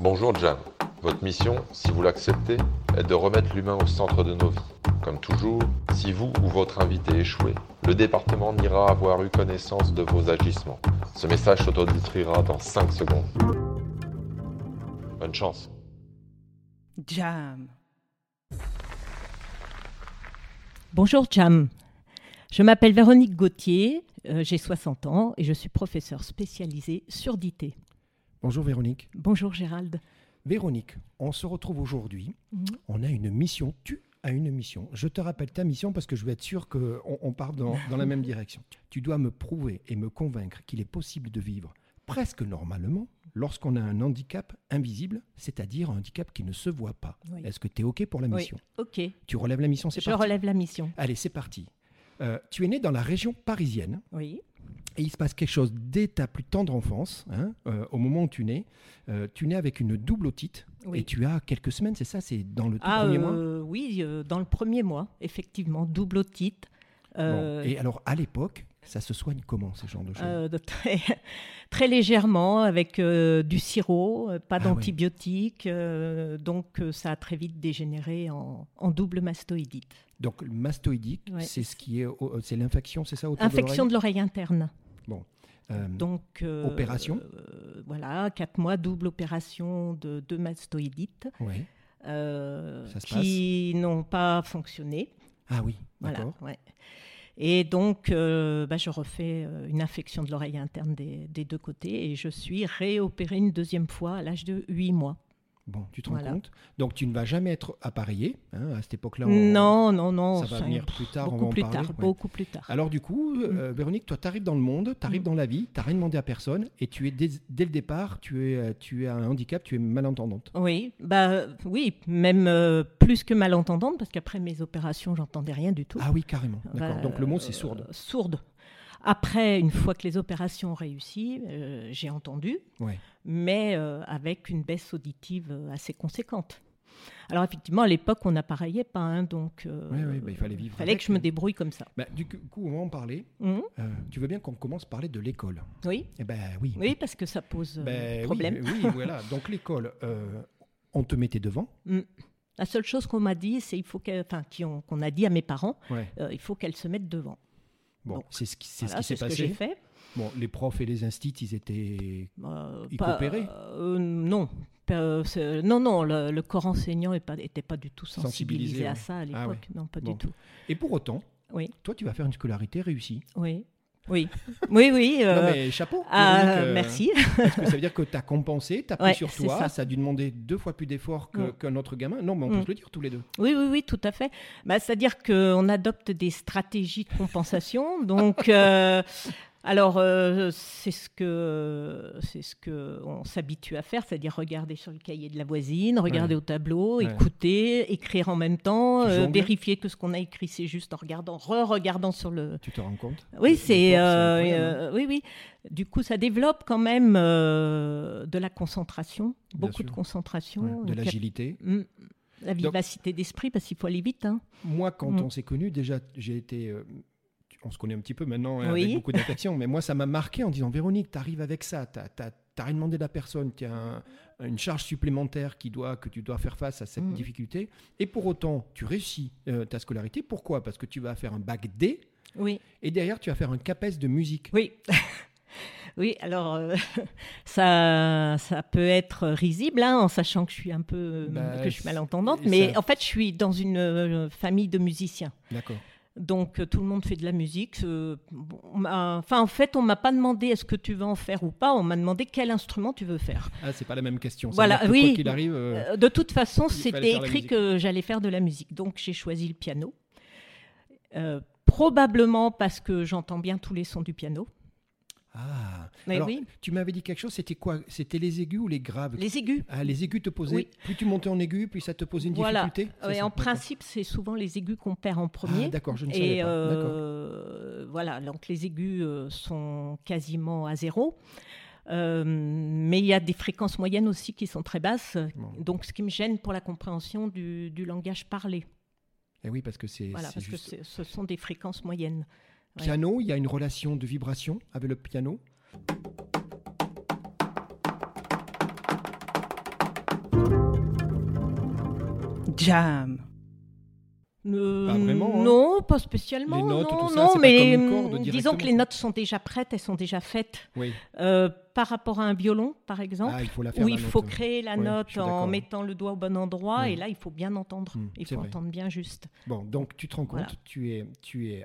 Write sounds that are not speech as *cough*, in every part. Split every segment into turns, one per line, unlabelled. Bonjour Jam. Votre mission, si vous l'acceptez, est de remettre l'humain au centre de nos vies. Comme toujours, si vous ou votre invité échouez, le département n'ira avoir eu connaissance de vos agissements. Ce message s'autodétruira dans 5 secondes. Bonne chance.
Jam. Bonjour Jam.
Je m'appelle Véronique Gauthier, euh, j'ai 60 ans et je suis professeure spécialisée surdité.
Bonjour Véronique.
Bonjour Gérald.
Véronique, on se retrouve aujourd'hui.
Mhm.
Mmh. On a une mission. Tu à une mission. Je te rappelle ta mission parce que je veux être sûr qu'on on part dans, dans, la même direction. Tu dois me prouver et me convaincre qu'il est possible de vivre presque normalement lorsqu'on a un handicap invisible, c'est-à-dire un handicap qui ne se voit pas. Oui. Est-ce que tu es OK pour la mission
oui. OK.
Tu relèves la mission, c'est
je
parti.
Je relève la mission.
Allez, c'est parti. Euh, tu es né dans la région parisienne.
Oui.
Et il se passe quelque chose dès ta plus tendre enfance, hein, euh, au moment où tu nais. Euh, tu nais avec une double otite oui. et tu as quelques semaines, c'est ça C'est dans le tout
ah,
premier mois
Oui, euh, dans le premier mois, effectivement, double otite. euh,
Bon. Et alors, à l'époque, ça se soigne comment, ce genre de choses
de très, *laughs* très, légèrement, avec euh, du sirop,
Ah
pas d'antibiotiques. Ah, oui. donc, ça a très vite dégénéré en, en double mastoïdite.
Donc mastoïdique, ouais. c'est ce qui est, euh, c'est l'infection, c'est ça autour
Infection de l'oreille interne.
Bon.
Euh, Donc euh,
opération.
Euh, voilà, quatre mois double opération de deux mastoïdites
ouais.
ça se qui n'ont pas fonctionné.
Ah oui,
d'accord. Voilà, ouais. Et donc, euh, bah, je refais une infection de l'oreille interne des, des, deux côtés et je suis réopérée une deuxième fois à l'âge de 8 mois.
Bon, tu te rends voilà. compte Donc tu ne vas jamais être appareillé hein, à cette époque-là. On...
Non, non, non.
Ça va ça venir plus tard,
beaucoup
on va
plus
en parler.
Tard, ouais. Beaucoup plus tard.
Alors du coup, euh, mm. Véronique, toi, tu arrives dans le monde, tu arrives mm. dans la vie, tu n'as rien demandé à personne et tu es dès, dès, le départ, tu es, euh, tu es un handicap, tu es malentendante.
Oui, bah oui, même euh, plus que malentendante parce qu'après mes opérations, j'entendais rien du tout.
Ah oui, carrément. D'accord. Bah, Donc le mot, c'est sourde.
Euh, sourde. Après, une fois que les opérations ont réussi, euh, j'ai entendu,
ouais.
mais euh, avec une baisse auditive euh, assez conséquente. Alors effectivement, à l'époque, on n'appareillait pas, hein, donc euh,
ouais, ouais, bah, il fallait vivre.
fallait que je me débrouille comme ça. Hum,
Bah, du coup, on va en parler. Mmh. tu veux bien qu'on commence par parler de l'école
Oui.
Eh ben oui.
Oui, parce que ça pose euh, problème.
Ben, Oui, oui voilà.
*laughs*
Donc l'école, euh, on te mettait devant.
Mmh. La seule chose qu'on m'a dit, c'est il faut qu'elle, enfin, qu'on qu a dit à mes parents, euh, il faut qu'elle se mette devant.
Bon, c'est ce qui s'est
voilà,
ce
passé. Que fait.
Bon, les profs et les instits, ils étaient euh, ils
pas,
coopéraient.
Euh, non. Non, non, le, le, corps enseignant n'était pas, pas, du tout sensibilisé, sensibilisé à ouais. ça à l'époque, ah ouais. non, pas bon. du tout.
Et pour autant,
oui.
toi, tu vas faire une scolarité réussie.
Oui, oui, oui, oui. ah,
Euh, non, mais chapeau. euh,
merci.
Parce que ça veut dire que tu as compensé, tu as ouais, pris sur toi, ça. ça. a dû demander deux fois plus d'efforts qu'un
Mm.
mmh. qu autre gamin. Non, mais on peut mmh. se le dire tous les deux.
Oui, oui, oui, tout à fait. Bah, C'est-à-dire qu'on adopte des stratégies de *laughs* compensation. donc. Euh, alors, euh, c'est ce que c'est ce que on s'habitue à faire, c'est-à-dire regarder sur le cahier de la voisine, regarder ouais. au tableau, ouais. écouter, écrire en même temps, euh, vérifier que ce qu'on a écrit c'est juste en regardant, re-regardant sur le.
Tu te rends compte
Oui, c'est euh, oui, oui. Du coup, ça développe quand même euh, de la concentration, Bien beaucoup sûr. de concentration,
ouais. de l'agilité.
Mmh. La vivacité d'esprit, parce qu'il faut aller vite. Hein.
Moi, quand mmh. on s'est connus, déjà, j'ai été euh, on se connaît un petit peu maintenant hein, oui. avec beaucoup d'affection, mais moi ça m'a marqué en disant Véronique, tu arrives avec ça, tu n'as rien demandé à la personne, tu as un, une charge supplémentaire qui doit, que tu dois faire face à cette
Mm.
mmh. difficulté, et pour autant tu réussis euh, ta scolarité. Pourquoi Parce que tu vas faire un bac D,
oui.
et derrière tu vas faire un CAPES de musique.
Oui. *laughs* Oui, alors euh, *laughs* ça, ça peut être risible hein, en sachant que je suis un peu bah, que je suis malentendante, mais ça... en fait je suis dans une euh, famille de musiciens.
D'accord.
Donc euh, tout le monde fait de la musique. Euh, enfin en fait on m'a pas demandé est-ce que tu veux en faire ou pas. On m'a demandé quel instrument tu veux faire.
Ah c'est pas la même question.
Voilà
que
oui.
Qu arrive, euh,
de toute façon c'était écrit que j'allais faire de la musique. Donc j'ai choisi le piano. Euh, probablement parce que j'entends bien tous les sons du piano.
Ah,
Mais
alors,
oui.
tu m'avais dit quelque chose, c'était quoi C'était les aigus ou les graves
Les aigus.
Ah, les aigus te posaient. Oui. Plus tu montais en aigus, plus ça te posait une
voilà.
difficulté
ouais, ça, En principe, c'est souvent les aigus qu'on perd en premier.
Ah, d'accord, je ne
Et
savais pas.
Euh, voilà, donc les aigus euh, sont quasiment à zéro. Euh, mais il y a des fréquences moyennes aussi qui sont très basses, bon. donc ce qui me gêne pour la compréhension du, du langage parlé.
Et Eh oui, parce que c'est.
Voilà, parce juste... que ce sont des fréquences moyennes.
Piano, il y a une relation de vibration avec le piano.
Jam.
Euh,
Pas vraiment, hein.
Non, pas spécialement.
Les notes,
non,
tout ça,
non,
c'est pas
mais
comme une corde
hum, disons
directement.
que les notes sont déjà prêtes, elles sont déjà faites.
Oui.
Euh, par rapport à un violon, par exemple,
Ah, il faut la faire.
où
la
il faut
note.
créer la
Ouais, je
note
suis d'accord.
en mettant le doigt au bon endroit,
Ouais.
et là, il faut bien entendre.
Hum,
il
c'est
faut
vrai.
entendre bien juste.
Bon, donc tu te rends compte,
Voilà.
tu es, tu es,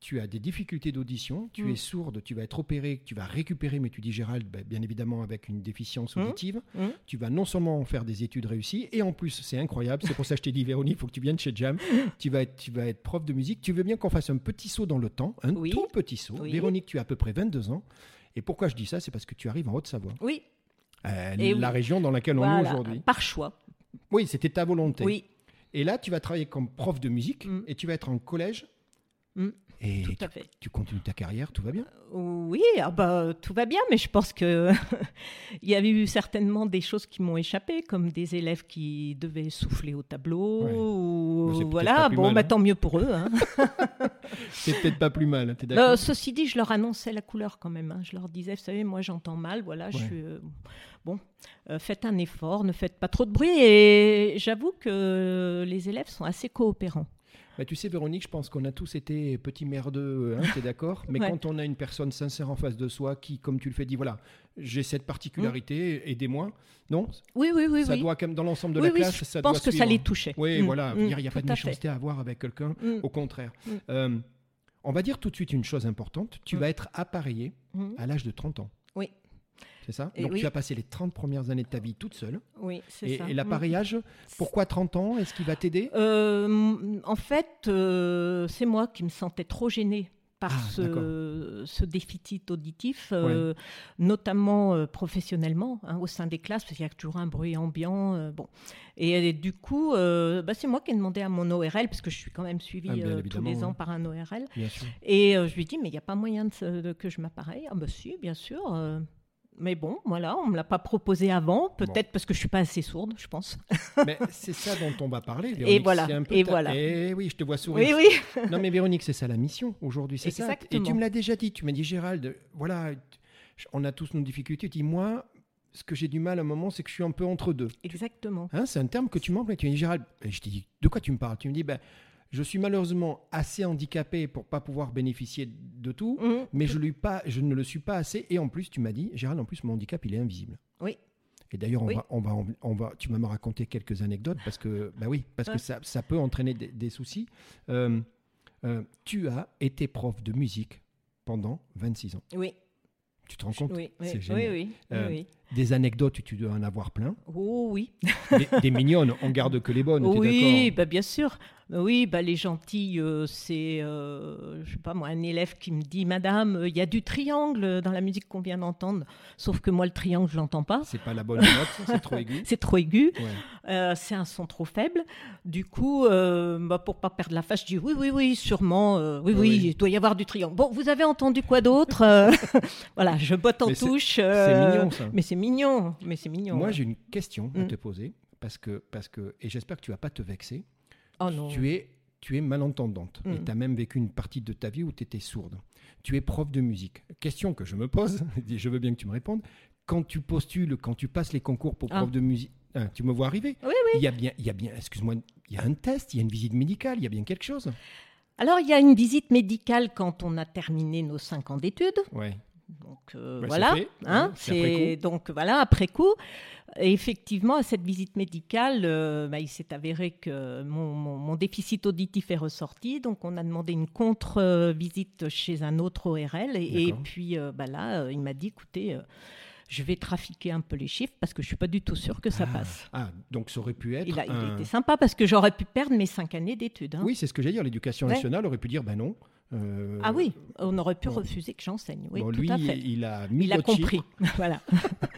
tu as des difficultés d'audition, tu
Mm.
es sourde, tu vas être opéré, tu vas récupérer, mais tu dis Gérald, ben, bien évidemment avec une déficience
Mm.
auditive,
Mm.
tu vas non seulement en faire des études réussies et en plus, c'est incroyable, c'est pour ça que je t'ai dit Véronique, il faut que tu viennes chez Jam, tu vas être, tu vas être prof de musique, tu veux bien qu'on fasse un petit saut dans le temps, un
Oui.
tout petit saut.
Oui.
Véronique, tu as à peu près 22 ans. Et pourquoi je dis ça, c'est parce que tu arrives en Haute-Savoie,
Oui,
euh,
Et
la
oui.
région dans laquelle on est
voilà,
aujourd'hui.
par choix.
Oui, c'était ta volonté.
Oui,
Et là, tu vas travailler comme prof de musique
Mm.
et tu vas être en collège.
Mm.
Et
tout
tu,
à fait.
tu continues ta carrière, tout va bien.
Oui, ah bah, tout va bien, mais je pense que *laughs* il y avait eu certainement des choses qui m'ont échappé, comme des élèves qui devaient souffler au tableau.
Ouais.
ou-
Mais c'est peut-être pas
voilà,
plus
bon,
mal,
bah,
hein.
tant mieux pour eux. hein.
C'est peut-être pas plus mal, t'es
Euh,
d'accord
ceci dit, je leur annonçais la couleur quand même. hein. Je leur disais, vous savez, moi j'entends mal, voilà, je
Ouais.
suis. euh, bon, euh, faites un effort, ne faites pas trop de bruit. Et j'avoue que les élèves sont assez coopérants.
Bah, Tu sais, Véronique, je pense qu'on a tous été petits merdeux, hein, t'es d'accord
*laughs*
Mais
Ouais.
quand on a une personne sincère en face de soi qui, comme tu le fais, dit voilà, j'ai cette particularité, aidez-moi. Non
Oui, oui, oui.
Ça
oui.
doit quand même, dans l'ensemble de
oui,
la
oui,
classe,
je
ça doit
pense que ça
suivre. hein.
les touchait.
Oui,
Mm,
voilà, il
mm,
n'y a pas de
tout à fait.
méchanceté à avoir avec quelqu'un,
Mm,
au contraire.
Mm.
Euh, on va dire tout de suite une chose importante tu
Mm.
vas être appareillé
mm.
à l'âge de 30 ans.
Oui.
C'est ça
Et
Donc
oui.
tu as passé les 30 premières années de ta vie toute seule.
Oui, c'est
Et,
ça.
et
Mm.
l'appareillage, pourquoi 30 ans Est-ce qu'il va t'aider
Euh, m- en fait, euh, c'est moi qui me sentais trop gênée par
Ah,
ce, ce déficit auditif, euh, notamment euh, professionnellement, hein, au sein des classes, parce qu'il y a toujours un bruit ambiant. euh, bon. et, euh, du coup, euh, bah, c'est moi qui ai demandé à mon ORL, parce que je suis quand même suivie
Ah, bien
euh, tous
évidemment,
les ans
hein.
par un ORL, *laughs*
Bien sûr.
et euh, je lui ai dit, mais il n'y a pas moyen de se- de- que je m'appareille Ah bah si, bien sûr euh, mais bon, voilà, on ne me l'a pas proposé avant, peut-être parce que je ne suis pas assez sourde, je pense.
Mais c'est ça dont on va parler. Véronique.
voilà,
C'est un peu
et
ta-
voilà.
Eh oui, je te vois
Oui,
sourire.
oui.
Non mais Véronique, c'est ça la mission aujourd'hui, c'est ça. Et tu
Exactement.
me l'as déjà dit. Tu m'as dit Gérald, voilà, tu- on a tous nos difficultés. Tu dis moi, ce que j'ai du mal à un moment, c'est que je suis un peu entre deux.
Exactement.
Hein, c'est un terme que tu m'emploies. Tu me dis Gérald, et je te dis de quoi tu me parles Tu me dis ben, je suis malheureusement assez handicapé pour pas pouvoir bénéficier de tout.
Mm.
mais je, lui pas, je ne le suis pas assez. Et en plus, tu m'as dit, Gérald, en plus, mon handicap, il est invisible.
Oui.
Et d'ailleurs, on,
Oui.
va, on, va, on va, tu vas me raconter quelques anecdotes parce que, bah oui, parce que
Ouais.
ça, ça peut entraîner des, des soucis. Euh, euh, tu as été prof de musique pendant 26 ans.
Oui.
Tu te rends compte
Oui,
C'est
oui, oui,
génial.
oui,
Euh,
oui, oui.
Des anecdotes, tu dois en avoir plein.
Oh oui,
Des, des mignonnes, on garde que les bonnes. t'es
oui,
d'accord
bah bien sûr. Oui, bah les gentilles, euh, c'est, euh, je sais pas moi, un élève qui me dit, Madame, euh, il y a du triangle dans la musique qu'on vient d'entendre. Sauf que moi, le triangle, je l'entends pas.
C'est pas la bonne note, c'est
*laughs*
trop aigu.
C'est trop aigu,
Ouais.
euh, c'est un son trop faible. Du coup, euh, bah, pour pas perdre la face, je dis oui, oui, oui, sûrement, euh, oui,
Oui,
oui,
oui.
il doit y avoir du triangle. Bon, vous avez entendu quoi d'autre
*laughs*
Euh, Voilà, je botte en
Mais c'est-
touche.
C'est
euh,
mignon, ça.
Mais c'est mignon, mais c'est mignon.
Moi, j'ai une question à
Mm.
te poser parce que, parce que, et j'espère que tu vas pas te vexer.
Oh non.
Tu es, tu es malentendante. Et
Mm.
tu as même vécu une partie de ta vie où tu étais sourde. Tu es prof de musique. Question que je me pose, *laughs* et je veux bien que tu me répondes. Quand tu postules, quand tu passes les concours pour
Ah.
prof de musique, hein, tu me vois arriver.
Oui,
Il y a bien, il y a bien, excuse-moi, il y a un test, il y a une visite médicale, il y a bien quelque chose.
Alors, il y a une visite médicale quand on a terminé nos cinq ans d'études.
Ouais.
Donc, euh,
Bah,
voilà.
c'est fait,
hein,
ouais, c'est après
c'est- donc voilà après coup. Et effectivement, à cette visite médicale, euh, bah, il s'est avéré que mon, mon- mon déficit auditif est ressorti. Donc, on a demandé une contre-visite chez un autre ORL. Et, et
D'accord.
puis euh, bah, là, euh, il m'a dit, écoutez. euh, je vais trafiquer un peu les chiffres parce que je suis pas du tout sûre que ça
Ah.
passe.
Ah, donc ça aurait pu être.
Il a, il a
un-
été sympa parce que j'aurais pu perdre mes cinq années d'études. hein.
Oui, c'est ce que j'allais dire. L'éducation
Ouais.
nationale aurait pu dire, ben non. euh,
Ah oui, on aurait pu
bon.
refuser que j'enseigne. Oui,
bon,
tout
lui,
à fait.
il a mis
Il a
le chip. *laughs*
compris. voilà. *laughs*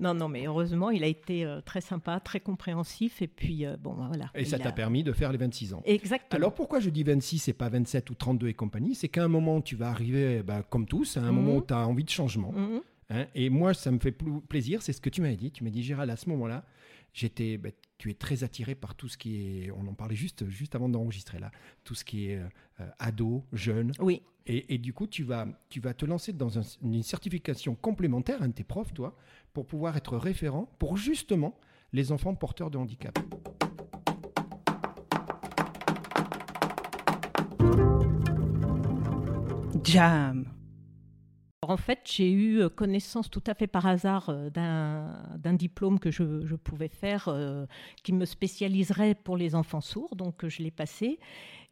non, non, mais heureusement, il a été euh, très sympa, très compréhensif. Et puis, euh, bon, voilà.
Et ça
Il
t'a
a-
permis de faire les 26 ans.
Exactement.
Alors pourquoi je dis 26 et pas 27 ou 32 et compagnie C'est qu'à un moment, tu vas arriver, bah, comme tous, à un
Mhm.
moment où tu as envie de changement.
Mhm.
hein. et moi, ça me fait plou- plaisir, c'est ce que tu m'as dit. Tu m'as dit, Gérald, à ce moment-là, j'étais, bah, tu es très attiré par tout ce qui est, on en parlait juste, juste avant d'enregistrer là, tout ce qui est euh, euh, ado, jeune.
Oui,
Et, et du coup, tu vas, tu vas te lancer dans un- une certification complémentaire, un de tes profs, toi, pour pouvoir être référent pour justement les enfants porteurs de handicap.
Jam.
En fait, j'ai eu euh, connaissance tout à fait par hasard euh, d'un d'un diplôme que je, je pouvais faire euh, qui me spécialiserait pour les enfants sourds, donc euh, je l'ai passé.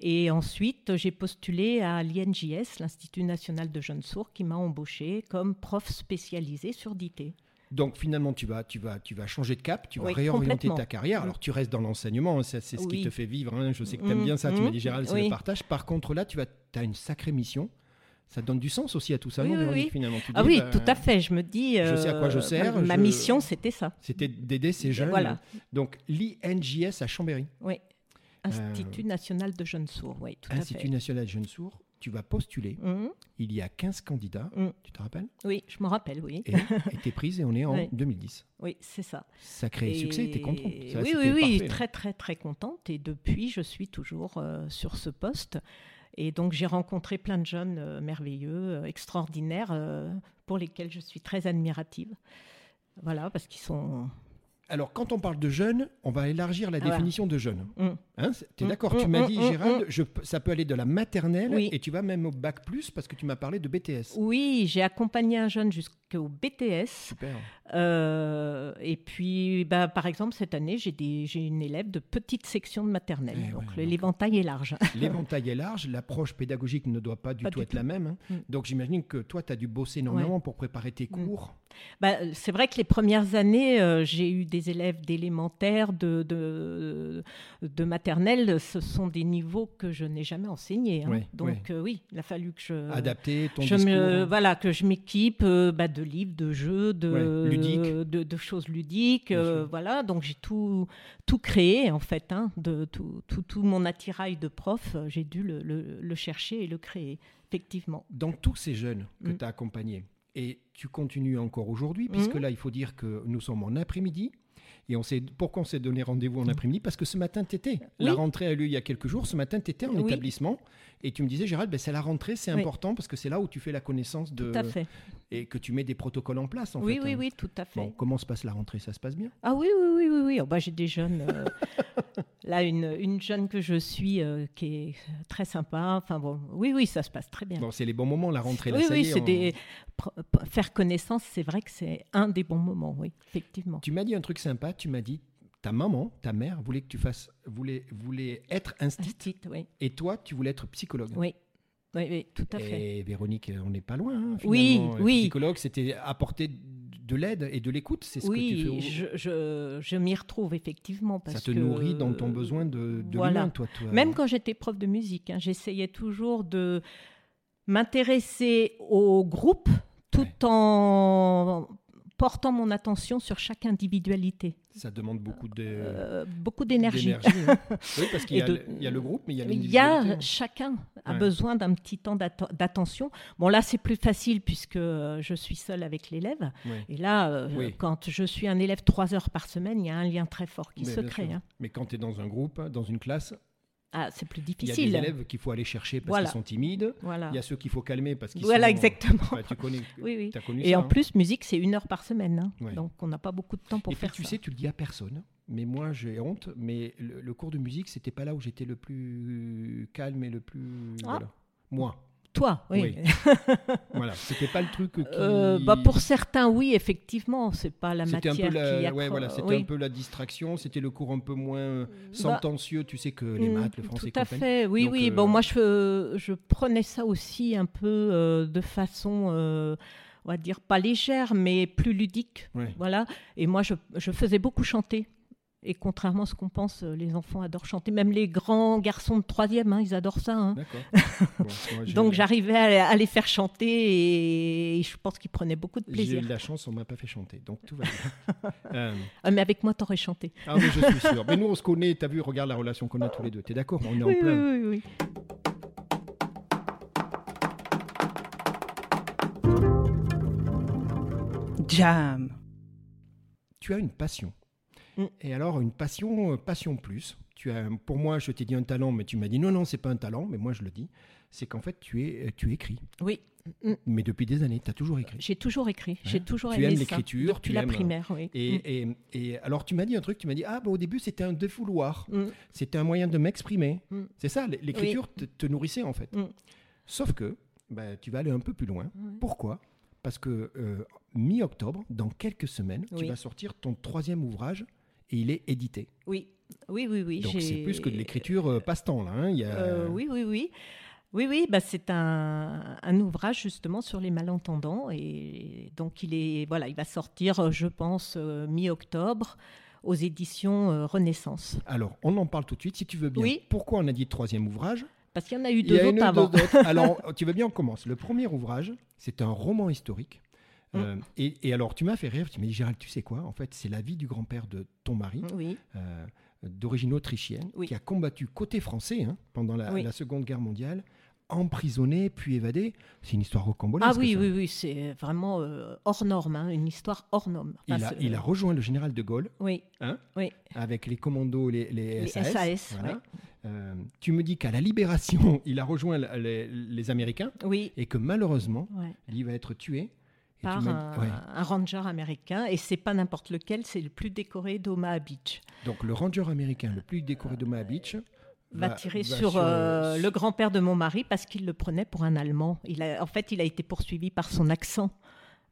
Et ensuite, j'ai postulé à l'INJS, l'Institut national de jeunes sourds, qui m'a embauché comme prof spécialisé sur DIT.
Donc finalement, tu vas, tu vas, tu vas changer de cap, tu vas
Oui,
réorienter
complètement.
ta carrière. Alors tu restes dans l'enseignement, hein, ça, c'est ce qui
Oui.
te fait vivre. hein. Je sais que tu aimes
Mm,
bien ça, tu
mm,
m'as dit Gérald, c'est le
oui.
partage. Par contre, là, tu vas, as une sacrée mission. Ça te donne du sens aussi à tout ça,
Oui,
non,
oui,
Véronique,
oui.
finalement Tu
Ah
dis,
oui,
bah,
tout à fait. Je me dis, euh,
je sais à quoi je sers,
ma, ma
je- Euh,
mission, c'était ça.
C'était d'aider ces jeunes.
Voilà.
Donc l'INJS à Chambéry,
Oui. Institut national de jeunes sourds. Oui, tout
Institut national jeunes sourds, tu vas postuler.
à fait. Mhm.
Il y a 15 candidats,
Mm.
tu te rappelles
Oui, je me rappelle. *laughs* Oui,
Et et t'es prise et on est en
Ouais.
2010.
oui, c'est ça.
Sacré
Et-
succès, t'es contente. Ça,
oui, oui,
c'était
oui,
parfait.
très, très, très contente. Et depuis, je suis toujours euh, sur ce poste. Et donc, j'ai rencontré plein de jeunes euh, merveilleux, euh, extraordinaires, euh, pour lesquels je suis très admirative. Voilà, parce qu'ils sont.
Alors, quand on parle de jeune, on va élargir la
Ah ouais.
définition de jeune.
Mm.
Hein, c'est- T'es
Mm,
d'accord
mm,
Tu m'as
mm,
dit,
mm,
Gérald, je peux- ça peut aller de la maternelle
Oui.
et tu vas même au bac plus parce que tu m'as parlé de BTS.
Oui, j'ai accompagné un jeune jusqu'au BTS.
Super.
Euh, et puis, bah, par exemple, cette année, j'ai des- j'ai une élève de petite section de maternelle.
Eh
donc,
ouais,
le-
donc-
l'éventail est large.
L'éventail est large, l'approche pédagogique ne doit pas du
Pas
tout
du
être la même. hein.
Mm.
Donc, j'imagine que toi, tu as dû bosser énormément pour préparer tes cours.
Bah, c'est vrai que les premières années, euh, j'ai eu des élèves d'élémentaire, de, de, de maternelle. Ce sont des niveaux que je n'ai jamais enseignés. hein.
Ouais,
Donc
ouais.
euh, oui, il a fallu que je,
Adapter ton
Euh, je
discours.
me, voilà, que je m'équipe euh, bah, de livres, de jeux, de,
Ouais, ludique.
de, de choses ludiques.
Bien
euh,
sûr.
voilà, donc j'ai tout, tout créé en fait, hein, de tout, tout, tout mon attirail de prof. euh, J'ai dû le, le- le chercher et le créer, effectivement.
dans tous ces jeunes que
Mm.
tu as accompagnés, et tu continues encore aujourd'hui, puisque là, il faut dire que nous sommes en après-midi. Et on s'est, pourquoi on s'est donné rendez-vous en après-midi Parce que ce matin, tu étais. La
Mm. Oui.
rentrée a lieu il y a quelques jours. Ce matin, tu étais en
Oui.
établissement. Et tu me disais, Gérald, ben, c'est la rentrée, c'est
Oui.
important parce que c'est là où tu fais la connaissance de.
Tout à fait.
Et que tu mets des protocoles en place, en
oui,
fait.
oui,
hein.
oui, tout à fait.
Bon, comment se passe la rentrée Ça se passe bien
Ah oui, oui, oui, oui, oui. Oh, bah, j'ai des jeunes. euh, là, une, une jeune que je suis euh, qui est très sympa. Enfin bon, oui, oui, ça se passe très bien.
Bon, c'est les bons moments, la rentrée. là,
oui,
ça y
oui,
est,
c'est
on-
des... pro- p- Faire connaissance, c'est vrai que c'est un des bons moments, oui, effectivement.
Tu m'as dit un truc sympa. Tu m'as dit, ta maman, ta mère, voulait que tu fasses, voulait, voulait être instite.
Petite, oui.
Et toi, tu voulais être psychologue.
oui. Oui, oui, tout à fait.
Et Véronique, on n'est pas loin. hein,
Oui,
finalement. Le
oui.
Psychologue, c'était apporter de l'aide et de l'écoute, c'est ce que tu fais.
Oui,
au-
je, je, je m'y retrouve effectivement. Parce
Ça te
que- euh,
nourrit dans ton besoin de, de
voilà.
l'humain, toi, toi.
Même quand j'étais prof de musique, hein, j'essayais toujours de m'intéresser au groupe tout
Ouais.
en portant mon attention sur chaque individualité.
ça demande beaucoup de
Euh, beaucoup d'énergie.
d'énergie, hein. *laughs* oui, parce qu'il y, a
Et de-
le- il y a le groupe, mais il y a
Il y a
l'individualité.
chacun a
Ouais.
besoin d'un petit temps d'atta- d'attention. Bon là c'est plus facile puisque euh, je suis seule avec l'élève.
Ouais.
Et là, euh,
Oui.
quand je suis un élève trois heures par semaine, il y a un lien très fort qui
Mais
se
bien
crée.
sûr.
hein.
Mais quand tu es dans un groupe, dans une classe,
Ah c'est plus
il y a
difficile.
des élèves qu'il faut aller chercher parce
Voilà.
qu'ils sont timides.
Voilà.
Il y a ceux qu'il faut calmer parce qu'ils
Voilà
sont...
exactement.
Bah, tu connais,
Oui, oui.
t'as connu
Et
ça,
en
hein.
plus, musique, c'est une heure par semaine. hein.
Ouais.
Donc, on n'a pas beaucoup de temps pour
Et puis,
faire
tu
ça.
sais, tu le dis à personne. Mais moi, j'ai honte. Mais le, le cours de musique, c'était pas là où j'étais le plus calme et le plus.
Ah.
Voilà. Moi.
Toi, oui.
Oui. Voilà. C'était pas le truc qui.
Euh, bah, pour certains, oui, effectivement, c'est pas la
C'était
matière
un peu
qui
la,
accro-
ouais, voilà, c'était
oui.
un peu la distraction. C'était le cours un peu moins euh,
Bah,
sentencieux. Tu sais que les
Mm,
maths, le français,
Tout à
compagnie.
fait, oui,
Donc,
oui.
euh,
Bon, moi, je, je prenais ça aussi un peu euh, de façon, euh, on va dire, pas légère, mais plus ludique.
Ouais.
Voilà. Et moi, je, je faisais beaucoup chanter. Et contrairement à ce qu'on pense, euh, les enfants adorent chanter. Même les grands garçons de troisième, hein, ils adorent ça. hein.
D'accord.
*laughs*
Bon, moi, j'ai-
Donc j'arrivais à, à les faire chanter et je pense qu'ils prenaient beaucoup de
J'ai eu
plaisir.
de la chance, on m'a pas fait chanter, donc tout va bien.
*laughs*
Euh,
Ah, mais avec moi, t'aurais chanté.
ah, mais je suis sûr. Mais nous, on se connaît. T'as vu, regarde la relation qu'on a tous les deux. T'es d'accord On
Oui,
est en
oui,
plein.
oui, oui.
Jam.
tu as une passion.
Mm.
Et alors, une passion, euh, passion plus. Tu as, pour moi, je t'ai dit un talent, mais tu m'as dit non, non, c'est pas un talent, mais moi je le dis. C'est qu'en fait, tu, es, euh, tu écris.
Oui. Mm.
Mais depuis des années, tu as toujours écrit.
J'ai toujours écrit. J'ai
Hein
toujours
Tu
aimé
aimes
ça.
l'écriture,
Depuis
tu
la
aimes-
primaire, oui.
Et,
Mm.
et- et alors, tu m'as dit un truc, tu m'as dit ah, bah, au début, c'était un défouloir.
Mm.
C'était un moyen de m'exprimer.
Mm.
C'est ça, l- l'écriture te, te nourrissait en fait.
Mm.
Sauf que, ben, tu vas aller un peu plus loin. Pourquoi Parce que euh, mi-octobre, dans quelques semaines, tu
Oui.
vas sortir ton troisième ouvrage et il est édité.
Oui, oui, oui, oui.
Donc c'est
j'ai-
plus que de l'écriture euh, passe-temps là. hein. Il y a-
Euh, oui, oui, oui. Oui, oui, bah, c'est un, un ouvrage justement sur les malentendants. Et donc, il, est, voilà, il va sortir, euh, je pense, euh, mi-octobre aux éditions euh, Renaissance.
Alors on en parle tout de suite si tu veux bien.
Oui.
Pourquoi on a dit troisième ouvrage
Parce qu'il y en a eu
Il y
deux
a une
autres
ou
avant.
deux
*laughs*
autres. Alors, tu veux bien, on commence. Le premier ouvrage, c'est un roman historique.
Hum.
Euh, et, et alors, tu m'as fait rire, tu m'as dit, Gérald, tu sais quoi En fait, c'est la vie du grand-père de ton mari,
Oui,
euh, d'origine autrichienne,
Hum. Oui.
qui a combattu côté français hein, pendant la,
Oui.
la Seconde Guerre mondiale, emprisonné, puis évadé. C'est une histoire rocambolesque.
Ah oui,
ça.
oui, oui, c'est vraiment euh, hors norme, hein, une histoire hors norme. Enfin,
Il a,
Ah, c'est-
il a rejoint le général de Gaulle
Oui,
avec les commandos, les, les
les
SAS.
SAS.
voilà.
ouais.
Euh, tu me dis qu'à la libération, *laughs* il a rejoint la- les- les Américains
Oui,
et que malheureusement,
ouais,
il va être tué. Et tu
par
m'as
un,
dit- ouais.
un ranger américain. Et c'est pas n'importe lequel, c'est le plus décoré d'Omaha Beach.
Donc le ranger américain le plus décoré d'Omaha Beach
Euh, va tirer sur euh, le grand-père de mon mari parce qu'il le prenait pour un Allemand. Il a, en fait, il a été poursuivi par son accent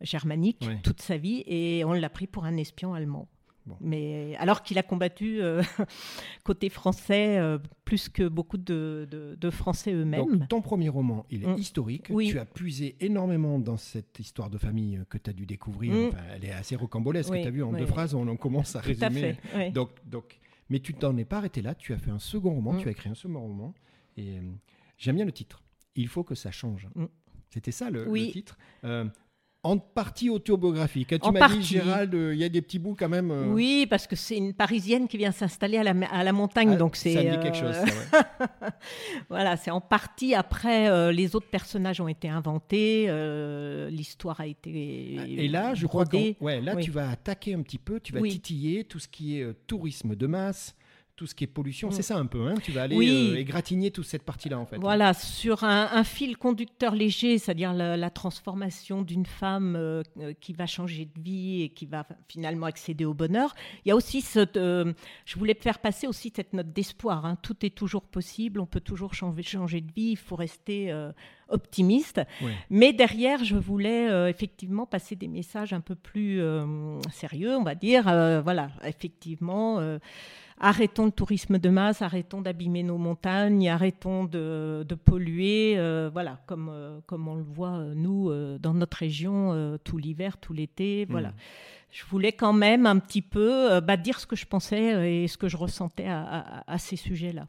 germanique
Ouais.
toute sa vie et on l'a pris pour un espion allemand.
Bon.
Mais alors qu'il a combattu euh, *laughs* côté français euh, plus que beaucoup de, de- de Français eux-mêmes.
Donc ton premier roman, il est
Mm.
historique.
Oui.
Tu as puisé énormément dans cette histoire de famille euh, que tu as dû découvrir.
Mm.
Enfin, elle est assez rocambolesque.
Oui,
tu as vu en
oui,
deux
oui.
phrases, on en commence à
Tout à
résumer.
fait. ouais.
Donc, donc, mais tu t'en es pas arrêté là. Tu as fait un second roman.
Mm.
Tu as écrit un second roman. Et euh, j'aime bien le titre. Il faut que ça change.
Mm.
C'était ça le, le
Oui.
titre. Euh, en partie autobiographique. Hein, Tu
En
m'as dit,
partie.
Gérald, euh, il y a des petits bouts quand même. euh,
Oui, parce que c'est une Parisienne qui vient s'installer à la, à la montagne,
ah,
donc c'est
Ça me dit quelque
euh,
chose. ça,
*laughs*
ouais.
Voilà, c'est en partie après euh, les autres personnages ont été inventés, euh, l'histoire a été
Ah, Et là, je crois
brodée.
que ouais, là,
oui.
tu vas attaquer un petit peu, tu vas
Oui.
titiller tout ce qui est euh, tourisme de masse, tout ce qui est pollution.
Mm.
C'est ça un peu, hein tu vas aller
Oui.
euh, égratigner toute cette partie-là en fait.
Voilà, sur un, un fil conducteur léger, c'est-à-dire la, la transformation d'une femme euh, euh, qui va changer de vie et qui va finalement accéder au bonheur. Il y a aussi cette, euh, je voulais faire passer aussi cette note d'espoir. hein. Tout est toujours possible, on peut toujours changer, changer de vie, il faut rester euh, optimiste.
Ouais.
Mais derrière, je voulais euh, effectivement passer des messages un peu plus euh, sérieux, on va dire. Euh, voilà, effectivement. euh, arrêtons le tourisme de masse, arrêtons d'abîmer nos montagnes, arrêtons de, de polluer, euh, voilà, comme, euh, comme on le voit, euh, nous, euh, dans notre région, euh, tout l'hiver, tout l'été,
Mm.
voilà. Je voulais quand même un petit peu euh, bah, dire ce que je pensais euh, et ce que je ressentais à, à- à ces sujets-là.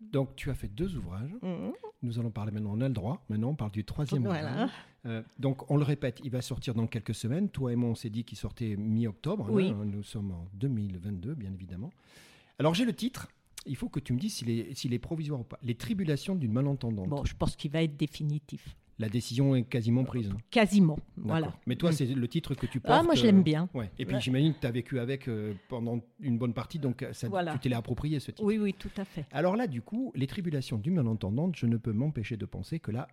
Donc tu as fait deux ouvrages.
Mhm.
Nous allons parler maintenant. On a le droit. Maintenant, on parle du troisième.
Voilà.
ouvrage. Euh, donc on le répète, il va sortir dans quelques semaines. Toi et moi, on s'est dit qu'il sortait mi-octobre. hein,
Oui.
nous sommes en 2022, bien évidemment. Alors j'ai le titre. Il faut que tu me dises s'il est, s'il est provisoire ou pas. Les tribulations d'une malentendante.
Bon, je pense qu'il va être définitif,
La décision est quasiment prise. hein.
quasiment,
D'accord.
voilà.
Mais toi, c'est le titre que tu portes.
Ah, moi, je
euh,
l'aime bien.
Ouais. Et puis
Ouais.
j'imagine que tu as vécu avec euh, pendant une bonne partie, donc euh, ça,
Voilà.
tu t'es l'as approprié ce titre.
Oui, oui, tout à fait.
Alors là, du coup, les tribulations du malentendant, je ne peux m'empêcher de penser que là,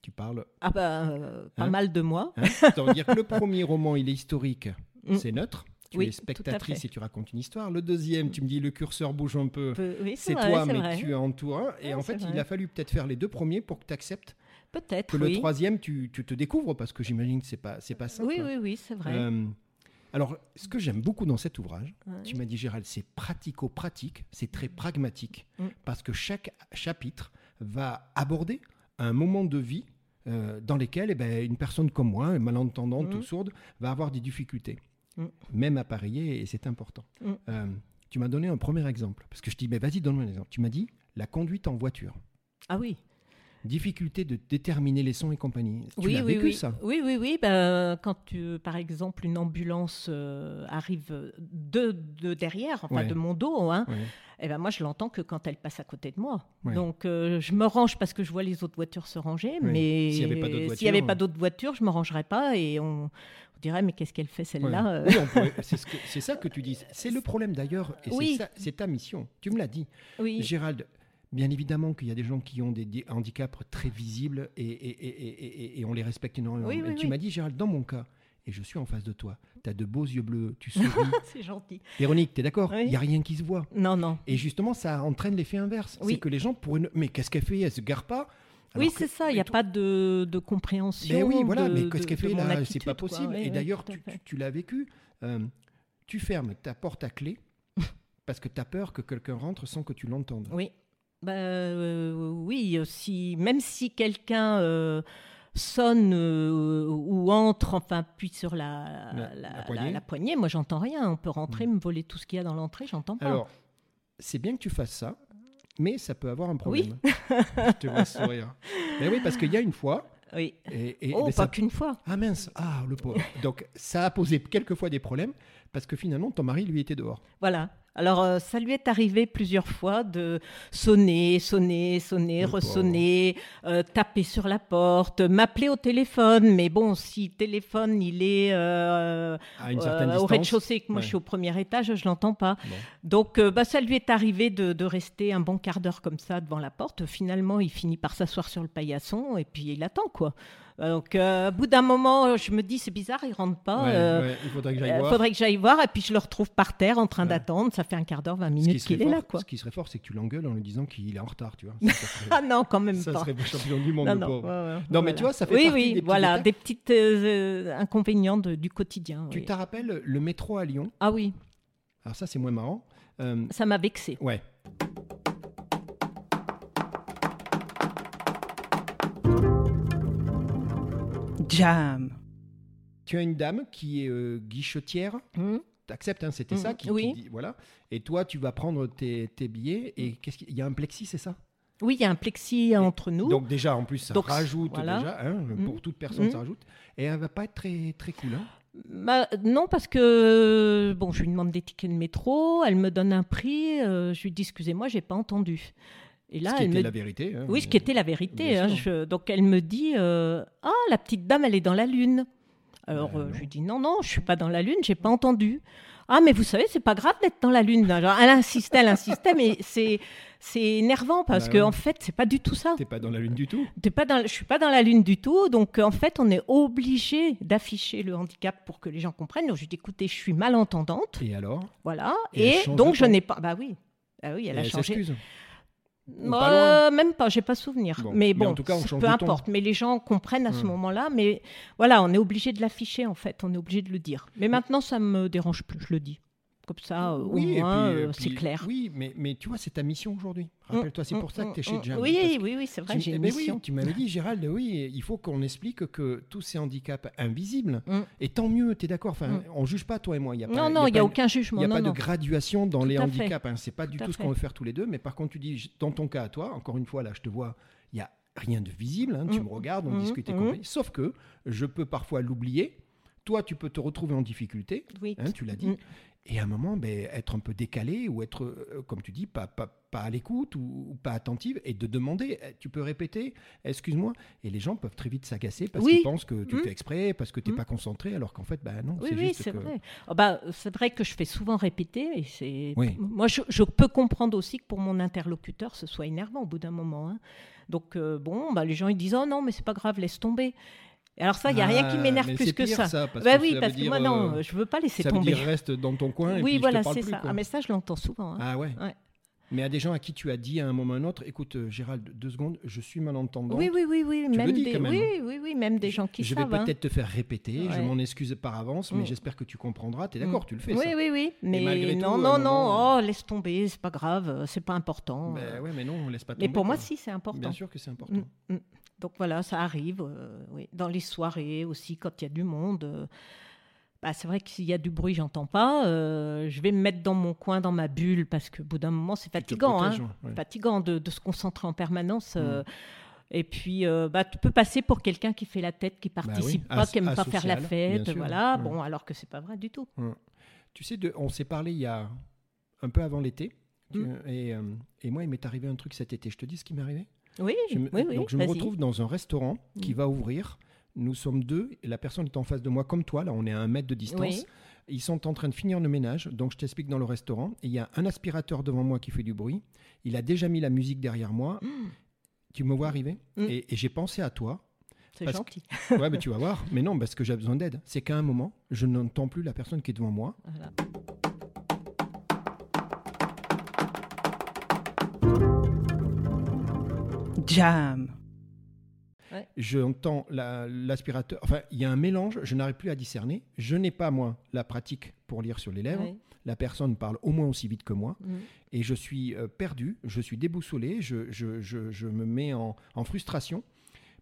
tu parles.
Ah bah, euh, pas
Hein
mal de moi.
hein. Ça veut dire que le premier roman, il est historique,
Mm.
c'est neutre. Tu
Oui,
es
tout à
spectatrice
fait.
et tu racontes une histoire. Le deuxième, tu me dis le curseur bouge un peu.
Peu- oui,
Euh, C'est
vrai,
toi,
c'est
mais
vrai.
tu en entoures un. Et
Ouais,
en
c'est
fait, il
vrai.
a fallu peut-être faire les deux premiers pour que tu acceptes
Peut-être,
que le
oui.
troisième, tu, tu te découvres, parce que j'imagine que c'est pas, c'est pas simple.
Oui, oui, oui, c'est vrai.
Euh, alors, ce que j'aime beaucoup dans cet ouvrage,
Ouais.
tu m'as dit Gérald, c'est pratico-pratique, c'est très pragmatique,
Mm.
parce que chaque chapitre va aborder un moment de vie euh, dans lequel eh ben, une personne comme moi, une malentendante
Mm.
ou sourde, va avoir des difficultés,
Mm.
même à parier, et c'est important.
Mm.
Euh, tu m'as donné un premier exemple, parce que je dis, mais vas-y, donne-moi un exemple. Tu m'as dit la conduite en voiture,
Ah oui.
difficulté de déterminer les sons et compagnie. Tu
oui,
l'as
oui,
vécu
oui. *laughs*
ça
Oui, oui, oui. Ben, quand tu, par exemple, une ambulance euh, arrive de, de derrière, enfin
Ouais.
de mon dos, hein,
Ouais.
eh ben moi je l'entends que quand elle passe à côté de moi.
Ouais.
Donc euh, je me range parce que je vois les autres voitures se ranger, mais
S'il y avait pas d'autres
s'il y avait
voitures, euh.
pas d'autres voitures, je me rangerais pas et on, on dirait mais qu'est-ce qu'elle fait celle-là euh.
Ouais. Oui, on pourrait- c'est ce que- c'est ça que tu dis. C'est le problème d'ailleurs, et c'est
Oui.
ça- c'est ta mission. Tu me l'as dit.
Oui.
Gérald, bien évidemment qu'il y a des gens qui ont des, des handicaps très visibles et, et- et- et- et- et on les respecte énormément.
Oui,
Mais
oui,
tu
oui.
m'as dit, Gérald, dans mon cas, et je suis en face de toi, tu as de beaux yeux bleus, tu souris.
*laughs*
*laughs*
C'est gentil.
Véronique, tu es d'accord Il
Oui.
n'y a rien qui se voit.
Non, non.
Et justement, ça entraîne l'effet inverse. C'est
Oui.
que les gens pourraient... ne- Mais qu'est-ce qu'elle fait Elle se gare pas
oui, c'est ça. Il n'y a pas de, de compréhension.
Mais oui, voilà.
de-
mais qu'est-ce
de-
qu'elle
de
fait
mon
là C'est
attitude,
pas
quoi.
possible.
Ouais,
et
ouais,
d'ailleurs,
tout à
tu,
fait.
tu- tu l'as vécu. euh, tu fermes ta porte à
*laughs*
clé parce que tu as peur que quelqu'un rentre sans que tu l'entendes.
Oui. Bah, euh, oui, euh, si, même si quelqu'un euh, sonne euh, ou entre, enfin, puis sur la,
La- la poignée. Hmm.
poignée, moi, j'entends rien. On peut rentrer, me voler tout ce qu'il y a dans l'entrée, j'entends pas.
Alors, c'est bien que tu fasses ça, mais ça peut avoir un problème. *laughs* Je te vois sourire. Mais oui, parce qu'il y a une fois.
oui.
Et, et-
Oh,
mais
pas
ça-
qu'une fois.
Ah mince, ah le pauvre. Donc ça a posé quelques fois des problèmes parce que finalement ton mari lui était dehors.
Voilà. Alors, euh, ça lui est arrivé plusieurs fois de sonner, sonner, sonner,
Le pauvre.
ressonner, euh, taper sur la porte, m'appeler au téléphone. Mais bon, si le téléphone, il est euh,
À une certaine
Euh, au
distance.
ré-de-chaussée, que moi
Ouais.
je suis au premier étage, je l'entends pas.
Bon.
Donc euh, bah, ça lui est arrivé de, de rester un bon quart d'heure comme ça devant la porte. Finalement, il finit par s'asseoir sur le paillasson et puis il attend quoi. Euh, Donc euh, au bout d'un moment, euh, je me dis c'est bizarre, il rentre pas.
Ouais,
euh,
ouais, il faudrait que j'aille
euh,
voir.
faudrait que j'aille voir et puis je le retrouve par terre en train
Ouais.
d'attendre. Ça fait un quart d'heure, 20
Ce qui,
minutes
serait
qu'il est
fort,
là quoi.
ce qui serait fort, c'est que tu l'engueules en lui disant qu'il est en
*laughs*
retard, tu vois. Ça serait,
Ah non, quand même
ça
pas.
serait champion du monde,
Non,
le
non,
pauvre.
ouais, ouais,
Non, mais tu vois, ça fait
oui,
partie
oui,
des petits
voilà,
détails.
des petites euh, euh, inconvénients de- du quotidien.
Tu
oui.
te rappelles le métro à Lyon
Ah oui,
Alors ça, c'est moins marrant. Euh,
ça m'a vexé.
ouais.
jam,
Tu as une dame qui est euh, guichetière. T'acceptes, hein, c'était
Mhm.
ça qui,
Oui.
qui dit- voilà. Et toi, tu vas prendre tes, tes billets
Mm.
et qu'est-ce qu'il il y a un plexi, c'est ça
Oui, il y a un plexi entre nous.
Donc déjà, en plus, ça
Donc,
rajoute
voilà.
déjà hein, pour toute personne,
Mhm.
ça rajoute. Et elle va pas être très très cool. hein.
Bah, non, parce que bon, je lui demande des tickets de métro, elle me donne un prix, euh, je lui dis excusez-moi, j'ai pas entendu. Et là,
ce qui
elle
était
me
la vérité. hein.
oui, ce qui était la vérité.
Bien
hein,
sûr.
je- Donc elle me dit euh, ah la petite dame, elle est dans la lune. Alors
Ben
euh,
non.
je lui dis non non, je suis pas dans la lune, j'ai pas entendu. Ah mais vous savez, c'est pas grave d'être dans la lune. Alors, elle insistait, elle insistait, mais c'est c'est énervant parce
Ben
que
oui.
en fait, c'est pas du tout ça.
T'es pas dans la lune du tout.
T'es pas dans- je suis pas dans la lune du tout, donc euh, en fait, on est obligé d'afficher le handicap pour que les gens comprennent. Donc je dis, écoutez, je suis malentendante,
Et alors
voilà,
Et elle
et,
change
donc
de
je
ton.
n'ai pas. Bah oui, ah oui, elle
Et
a
elle
changé.
s'excuse. Ou
Bah,
pas loin.
euh, même pas, j'ai pas souvenir.
Bon, mais
Mais bon,
en tout cas, on
c'est-
change
peu
de ton.
importe. Mais les gens comprennent à ce
Hmm.
moment-là. Mais voilà, on est obligé de l'afficher en fait, on est obligé de le dire. Mais maintenant, ça me dérange plus, je le dis. Comme ça, euh,
Oui,
au
et
moins,
puis- et
euh, c'est
puis-
clair. Mm, Hmm,
Oui, mais, mais tu vois, c'est ta mission aujourd'hui. Rappelle-toi, c'est pour ça que tu es chez Jam. parce
Oui,
que
oui, oui, c'est vrai,
tu-
j'ai
eh
une
ben oui,
mission.
tu m'avais dit, Gérald, oui, il faut qu'on explique que tous ces handicaps invisibles,
Mm.
et tant mieux, tu es d'accord, enfin,
Mm.
on juge pas toi et moi. il Y a pas,
Non, non, il n'y a
pas-
aucun
Il
jugement.
n'y a
non,
pas
non.
de graduation dans les
à fait.
handicaps. Hein. C'est pas du
Tout
tout,
à
ce
fait.
qu'on veut faire tous les deux. Mais par contre, tu dis, je- dans ton cas à toi, encore une fois, là, je te vois, il n'y a rien de visible. hein. Tu
Mm.
me regardes, on
Mm.
discute et
Mm.
compagnie. Sauf que je peux parfois l'oublier. Toi, tu peux te retrouver en difficulté.
Oui,
hein, tu l'as dit.
Mm.
Et à un moment, ben, être un peu décalé ou être, euh, comme tu dis, pas, pas, pas à l'écoute ou, ou pas attentive et de demander. Eh, Tu peux répéter, excuse-moi. Et les gens peuvent très vite s'agacer parce
Oui.
qu'ils pensent que tu
Mm.
fais exprès, parce que tu n'es
Mm.
pas concentré, alors qu'en fait, ben non,
Oui,
c'est
oui,
juste
c'est
que-
vrai. Ah bah, c'est vrai que je fais souvent répéter. Et c'est...
Oui.
Moi, je, je peux comprendre aussi que pour mon interlocuteur, ce soit énervant au bout d'un moment. hein. Donc, euh, bon, bah, les gens, ils disent Oh non, mais c'est pas grave, laisse tomber. Et alors, ça, il n'y a rien
Ah,
qui m'énerve
mais
plus
c'est
que
pire,
ça.
parce
bah
que
oui,
ça
parce
veut
que
dire,
moi, non,
euh,
je veux pas laisser
ça
tomber.
veut dire reste dans ton coin et
oui,
puis
voilà,
je te parle
c'est
plus,
ça.
quoi.
Ah, mais ça, je l'entends souvent. hein.
Ah ouais.
Ouais.
Mais à des gens à qui tu as dit à un moment ou à un autre, écoute euh, Gérald, deux secondes, je suis malentendant.
oui, oui, oui, oui,
le
même,
dis
des...
quand même. hein.
Oui, oui, oui, même des gens qui
je vais
savent. hein.
peut-être te faire répéter, je
Ouais.
m'en excuse par avance, mais
Mm.
j'espère que tu comprendras. T'es d'accord, tu le fais
Oui,
ça.
oui, oui.
malgré
Mais
tout, euh,
non,
à un
non,
moment,
non, oh, laisse tomber, c'est pas grave, euh, c'est pas important.
Ben
euh.
ouais, mais non, on laisse pas tomber.
Mais pour moi,
quoi.
si, c'est
Bien
important.
sûr que c'est important.
Mm, mm. Donc voilà, ça arrive. euh, oui. Dans les soirées aussi, quand il y a du monde. euh, bah, c'est vrai que s'il y a du bruit, j'entends pas. euh, je vais me mettre dans mon coin, dans ma bulle, parce que au bout d'un moment, c'est
Tu te
fatigant. hein.
protèges, ouais. Mm.
C'est fatigant de, de se concentrer en permanence. euh, Et puis, euh, bah, tu peux passer pour quelqu'un qui fait la tête, qui
Bah oui,
participe pas,
as-
qui aime pas
asocial,
faire la
bien
fête,
sûr.
voilà.
Mm.
Bon, alors que c'est pas vrai du tout.
Tu sais, de- on s'est parlé il y a un peu avant l'été. tu-
Mm.
Et, euh, et moi, il m'est arrivé un truc cet été. Je te dis ce qui m'est arrivé
Oui,
Je me-
oui, oui.
donc je me
vas-y.
retrouve dans un restaurant qui
Mm.
va ouvrir. Nous sommes deux, et la personne est en face de moi comme toi, là on est à un mètre de distance.
Oui.
Ils sont en train de finir le ménage, donc je t'explique dans le restaurant. Il y a un aspirateur devant moi qui fait du bruit. Il a déjà mis la musique derrière moi. Tu me vois arriver
Mm.
et, et j'ai pensé à toi.
C'est
parce
gentil.
Ouais, mais tu vas voir. Mais non, parce que j'ai besoin d'aide. C'est qu'à un moment, je n'entends plus la personne qui est devant moi.
Voilà.
jam,
Ouais.
J'entends la- l'aspirateur. Enfin, il y a un mélange, je n'arrive plus à discerner. Je n'ai pas, moi, la pratique pour lire sur les lèvres.
Ouais.
La personne parle au moins aussi vite que moi.
Mhm.
Et je suis euh, perdu, je suis déboussolé, je, je, je, je me mets en, en frustration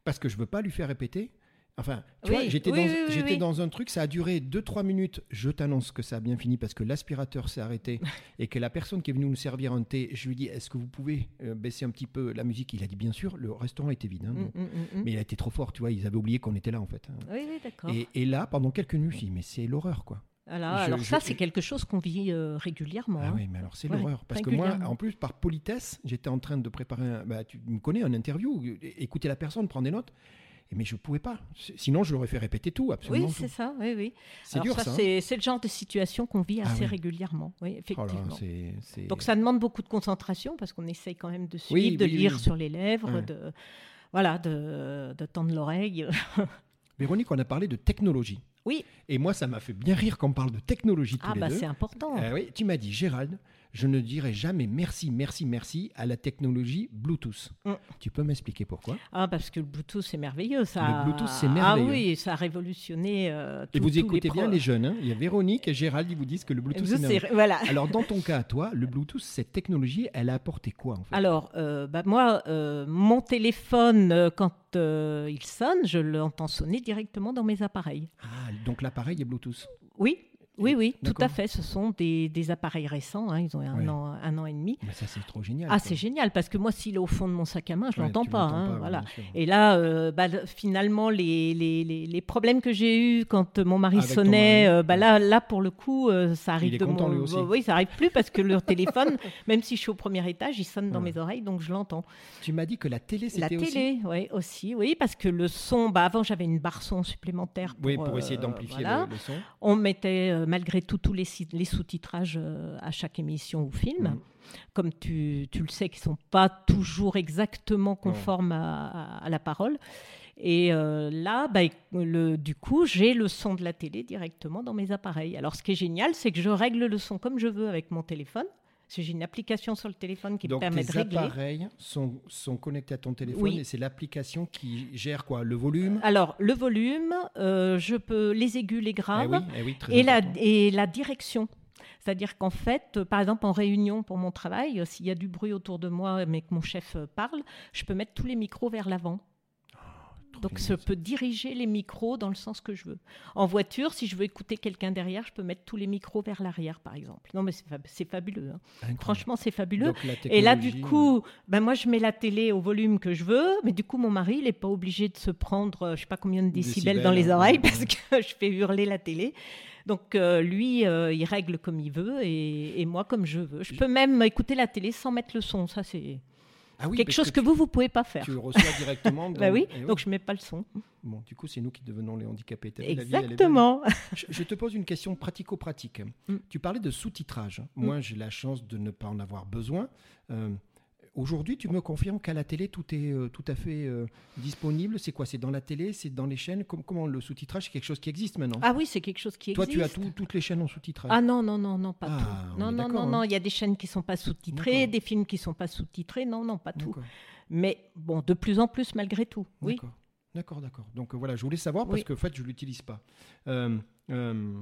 parce que je veux pas lui faire répéter. Enfin, tu
Oui,
vois, j'étais
oui,
dans,
oui, oui,
j'étais
oui.
dans un truc, ça a duré 2-3 minutes. Je t'annonce que ça a bien fini parce que l'aspirateur
*laughs*
s'est arrêté et que la personne qui est venue nous servir un thé, je lui dis Est-ce que vous pouvez euh, baisser un petit peu la musique Il a dit Bien sûr, le restaurant était vide. hein,
Mhm,
donc.
mhm, mhm.
Mais il a été trop fort, tu vois, ils avaient oublié qu'on était là en fait. hein.
Oui, oui, d'accord.
Et, et là, pendant quelques nuits, je me suis dit Mais c'est l'horreur quoi.
Alors,
je-
alors
je-
ça, c'est quelque chose qu'on vit euh, régulièrement.
Ah
hein.
oui, mais alors c'est
Ouais,
l'horreur. Parce que moi,
régulièrement.
en plus, par politesse, j'étais en train de préparer, un- bah, tu me connais, un interview, é- écouter la personne, prendre des notes. Et Mais je ne pouvais pas. C- Sinon, je l'aurais fait répéter tout, absolument
Oui,
tout.
c'est ça, oui, oui.
C'est
Alors
dur, ça. hein.
C'est c'est le genre de situation qu'on vit
Ah
assez
oui.
régulièrement, oui,
Oh là là,
effectivement.
c'est- c'est-
Donc ça demande beaucoup de concentration parce qu'on essaye quand même de suivre,
Oui,
de
oui, oui,
lire
oui.
sur les lèvres,
Ouais.
de voilà, de, de tendre l'oreille.
Véronique, on a parlé de technologie.
Oui.
Et moi, ça m'a fait bien rire qu'on parle de technologie tous
Ah
les
bah
deux.
c'est important.
Euh, oui, tu m'as dit, Gérald, je ne dirai jamais merci, merci, merci à la technologie Bluetooth.
Mm.
Tu peux m'expliquer pouroi
Ah parce que le Bluetooth c'est merveilleux ça.
Le Bluetooth, c'est
Ah
merveilleux.
oui, ça a révolutionné. euh,
Et
tout-
vous
tous
écoutez bien
pro-
les jeunes. hein. Il y a Véronique et Gérald, ils vous disent que le Bluetooth, c'est
Bluetooth,
merveilleux.
c'est- voilà.
Alors, dans ton cas, à toi, le Bluetooth, cette technologie, elle a apporté quoi en fait
Alors, euh, bah, moi, euh, mon téléphone, euh, quand euh, il sonne, je l'entends sonner directement dans mes appareils.
Ah, donc l'appareil est Bluetooth.
Oui, oui, oui, tout
D'accord.
à fait. Ce sont des, des appareils récents. hein, ils ont un,
Ouais.
an, un an et demi.
Mais ça, c'est trop génial.
Ah,
quoi.
c'est génial, parce que moi, s'il est au fond de mon sac à main, je
Ouais,
l'entends
tu
pas.
l'entends
hein,
ouais,
voilà.
bien sûr.
Et là, euh, bah, le- finalement, les, les, les, les problèmes que j'ai eus quand euh, mon mari
Ah, Avec ton
sonnait,
mari,
euh, bah,
ouais.
là, là, pour le coup, euh, ça arrive
est
de
content,
mon...
lui aussi.
Oui, ça arrive plus parce que
*laughs*
le téléphone, même si je suis au premier étage, il sonne dans
Ouais.
mes oreilles, donc je l'entends.
Tu m'as dit que la télé, c'était
La
aussi.
télé, oui, aussi, oui, parce que le son, bah, avant, j'avais une barre son supplémentaire. Pour,
Oui, pour essayer
euh,
d'amplifier
voilà.
le, le son.
On mettait euh, malgré tout tous les, si- les sous-titrages euh, à chaque émission ou film,
Mhm.
comme tu, tu le sais, qui ne sont pas toujours exactement conformes à, à- à la parole. Et euh, là, bah, éc- le- du coup, j'ai le son de la télé directement dans mes appareils. Alors, ce qui est génial, c'est que je règle le son comme je veux avec mon téléphone. Parce que j'ai une application sur le téléphone qui me
Donc,
permet de
tes
régler.
appareils sont, sont connectés à ton téléphone
Oui.
et c'est l'application qui gère quoi Le volume
Alors, le volume, euh, je peux les aigus, les
Eh
graves.
oui, eh oui, très
Ah. et la,
important.
et la direction. C'est-à-dire qu'en fait, euh, par exemple, en réunion pour mon travail, euh, s'il y a du bruit autour de moi, mais que mon chef euh, parle, je peux mettre tous les micros vers l'avant.
Oh, Trop
Donc,
génial,
je
ça.
peux diriger les micros dans le sens que je veux. En voiture, si je veux écouter quelqu'un derrière, je peux mettre tous les micros vers l'arrière, par exemple. Non, mais c'est fab- c'est fabuleux. hein.
Incroyable.
Franchement, c'est fabuleux.
Donc, la
Et là, du
technologie, euh,
coup, ben moi, je mets la télé au volume que je veux, mais du coup, mon mari, il n'est pas obligé de se prendre, euh, je sais pas combien de décibels
Décibels,
dans les
hein,
oreilles
ouais.
parce que *laughs* je fais hurler la télé. Donc, euh, lui, euh, il règle comme il veut et, et moi, comme je veux. Je peux même écouter la télé sans mettre le son. Ça, c'est
Ah oui,
quelque
parce
chose que, vous, vous pouvez pas
tu-
faire.
Tu le reçois directement.
*laughs*
dans-
Bah oui,
eh
donc je mets pas le son.
Bon, du coup, c'est nous qui devenons les handicapés. T'as vu, la vie, elle est Hein. belle.
Exactement.
Je, je te pose une question pratico-pratique.
Mm.
Tu parlais de sous-titrage. Moi, j'ai la chance de ne pas en avoir besoin. Euh, Aujourd'hui, tu me confirmes qu'à la télé, tout est euh, tout à fait euh, disponible. C'est quoi C'est dans la télé C'est dans les chaînes Com- Comment le sous-titrage, c'est quelque chose qui existe maintenant
Ah oui, c'est quelque chose qui
Toi,
existe.
tu as tout- toutes les chaînes en sous-titrage.
Ah non, non, non, non, pas
Ah,
tout.
on
Non,
est
non,
d'accord,
non,
hein.
non, il y a des chaînes qui sont pas sous-titrées,
D'accord.
des films qui sont pas sous-titrés. Non, non, pas tout.
D'accord,
Mais bon, de plus en plus malgré tout. Oui.
D'accord, d'accord, d'accord. Donc euh, voilà, je voulais savoir parce
Oui.
que en fait, je ne l'utilise pas. Euh, euh,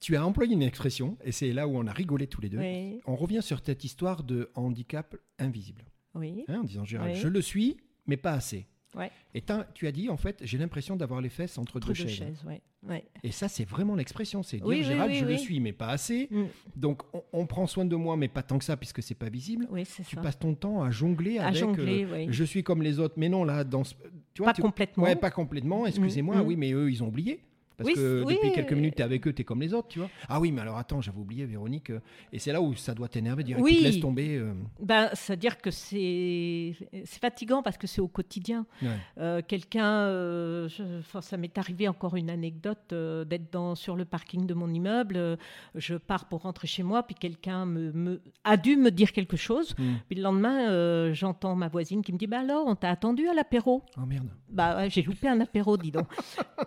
tu as employé une expression, et c'est là où on a rigolé tous les deux.
Oui.
On revient sur cette histoire de handicap invisible.
Oui.
hein, en disant Gérald,
Oui.
je le suis, mais pas assez.
Ouais.
Et t'as- tu as dit, en fait, j'ai l'impression d'avoir les fesses entre,
Entre
deux,
deux
chaises.
chaises, ouais. Ouais.
Et ça, c'est vraiment l'expression. C'est dire,
Oui, oui,
Gérald,
oui,
je le
oui.
suis, mais pas assez.
Mm.
Donc, on, on prend soin de moi, mais pas tant que ça, puisque c'est pas visible.
Oui, c'est
Tu
ça.
passes ton temps à jongler
À
avec. euh,
jongler, oui.
Je suis comme les autres, mais non, là, dans ce- tu vois,
Pas
tu-
complètement.
Ouais, pas complètement, excusez-moi,
mm.
oui, mais eux, ils ont oublié. Parce
Oui,
que
oui. euh,
depuis quelques minutes, tu es avec eux, tu es comme les autres, tu vois. Ah oui, mais alors attends, j'avais oublié, Véronique. euh, Et c'est là où ça doit t'énerver, dire, écoute,
Oui.
laisse tomber. euh,
Ben, C'est-à-dire que c'est c'est fatigant parce que c'est au quotidien.
ouais.
Euh, Quelqu'un, euh, je- enfin, ça m'est arrivé encore une anecdote euh, d'être dans- sur le parking de mon immeuble. euh, je pars pour rentrer chez moi, puis quelqu'un me, me- a dû me dire quelque chose.
Mm.
Puis le lendemain, euh, j'entends ma voisine qui me dit bah alors, on t'a attendu à l'apéro.
Oh merde.
Bah ouais, j'ai loupé un apéro, dis donc.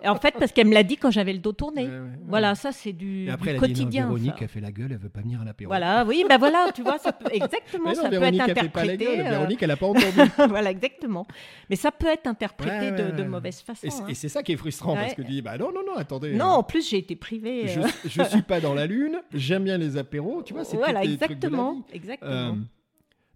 Et en fait, parce qu'elle me l'a dit quand j'avais le dos tourné.
Ouais, ouais, ouais.
Voilà, ça c'est du,
Euh, Et après,
du
elle a dit non,
quotidien.
Véronique,
ça.
elle fait la gueule, elle veut pas venir à l'apéro.
Voilà, oui, ben voilà, tu vois, ça peut, exactement,
Mais non,
ça
Véronique,
peut être
elle fait pas la
interprété.
gueule.
euh,
Véronique, elle a pas entendu.
*laughs* voilà, exactement. Mais ça peut être interprété
Ouais,
de,
ouais,
de
ouais.
mauvaise façon.
Et c'est-
hein.
et c'est ça qui est frustrant parce
Ouais.
que tu dis bah non non non attendez.
Non,
euh,
en plus j'ai été privée.
je,
euh,
je
*laughs*
suis pas dans la lune, j'aime bien les apéros, tu vois, c'est
voilà,
tous les trucs de la
exactement,
vie.
exactement.
Euh,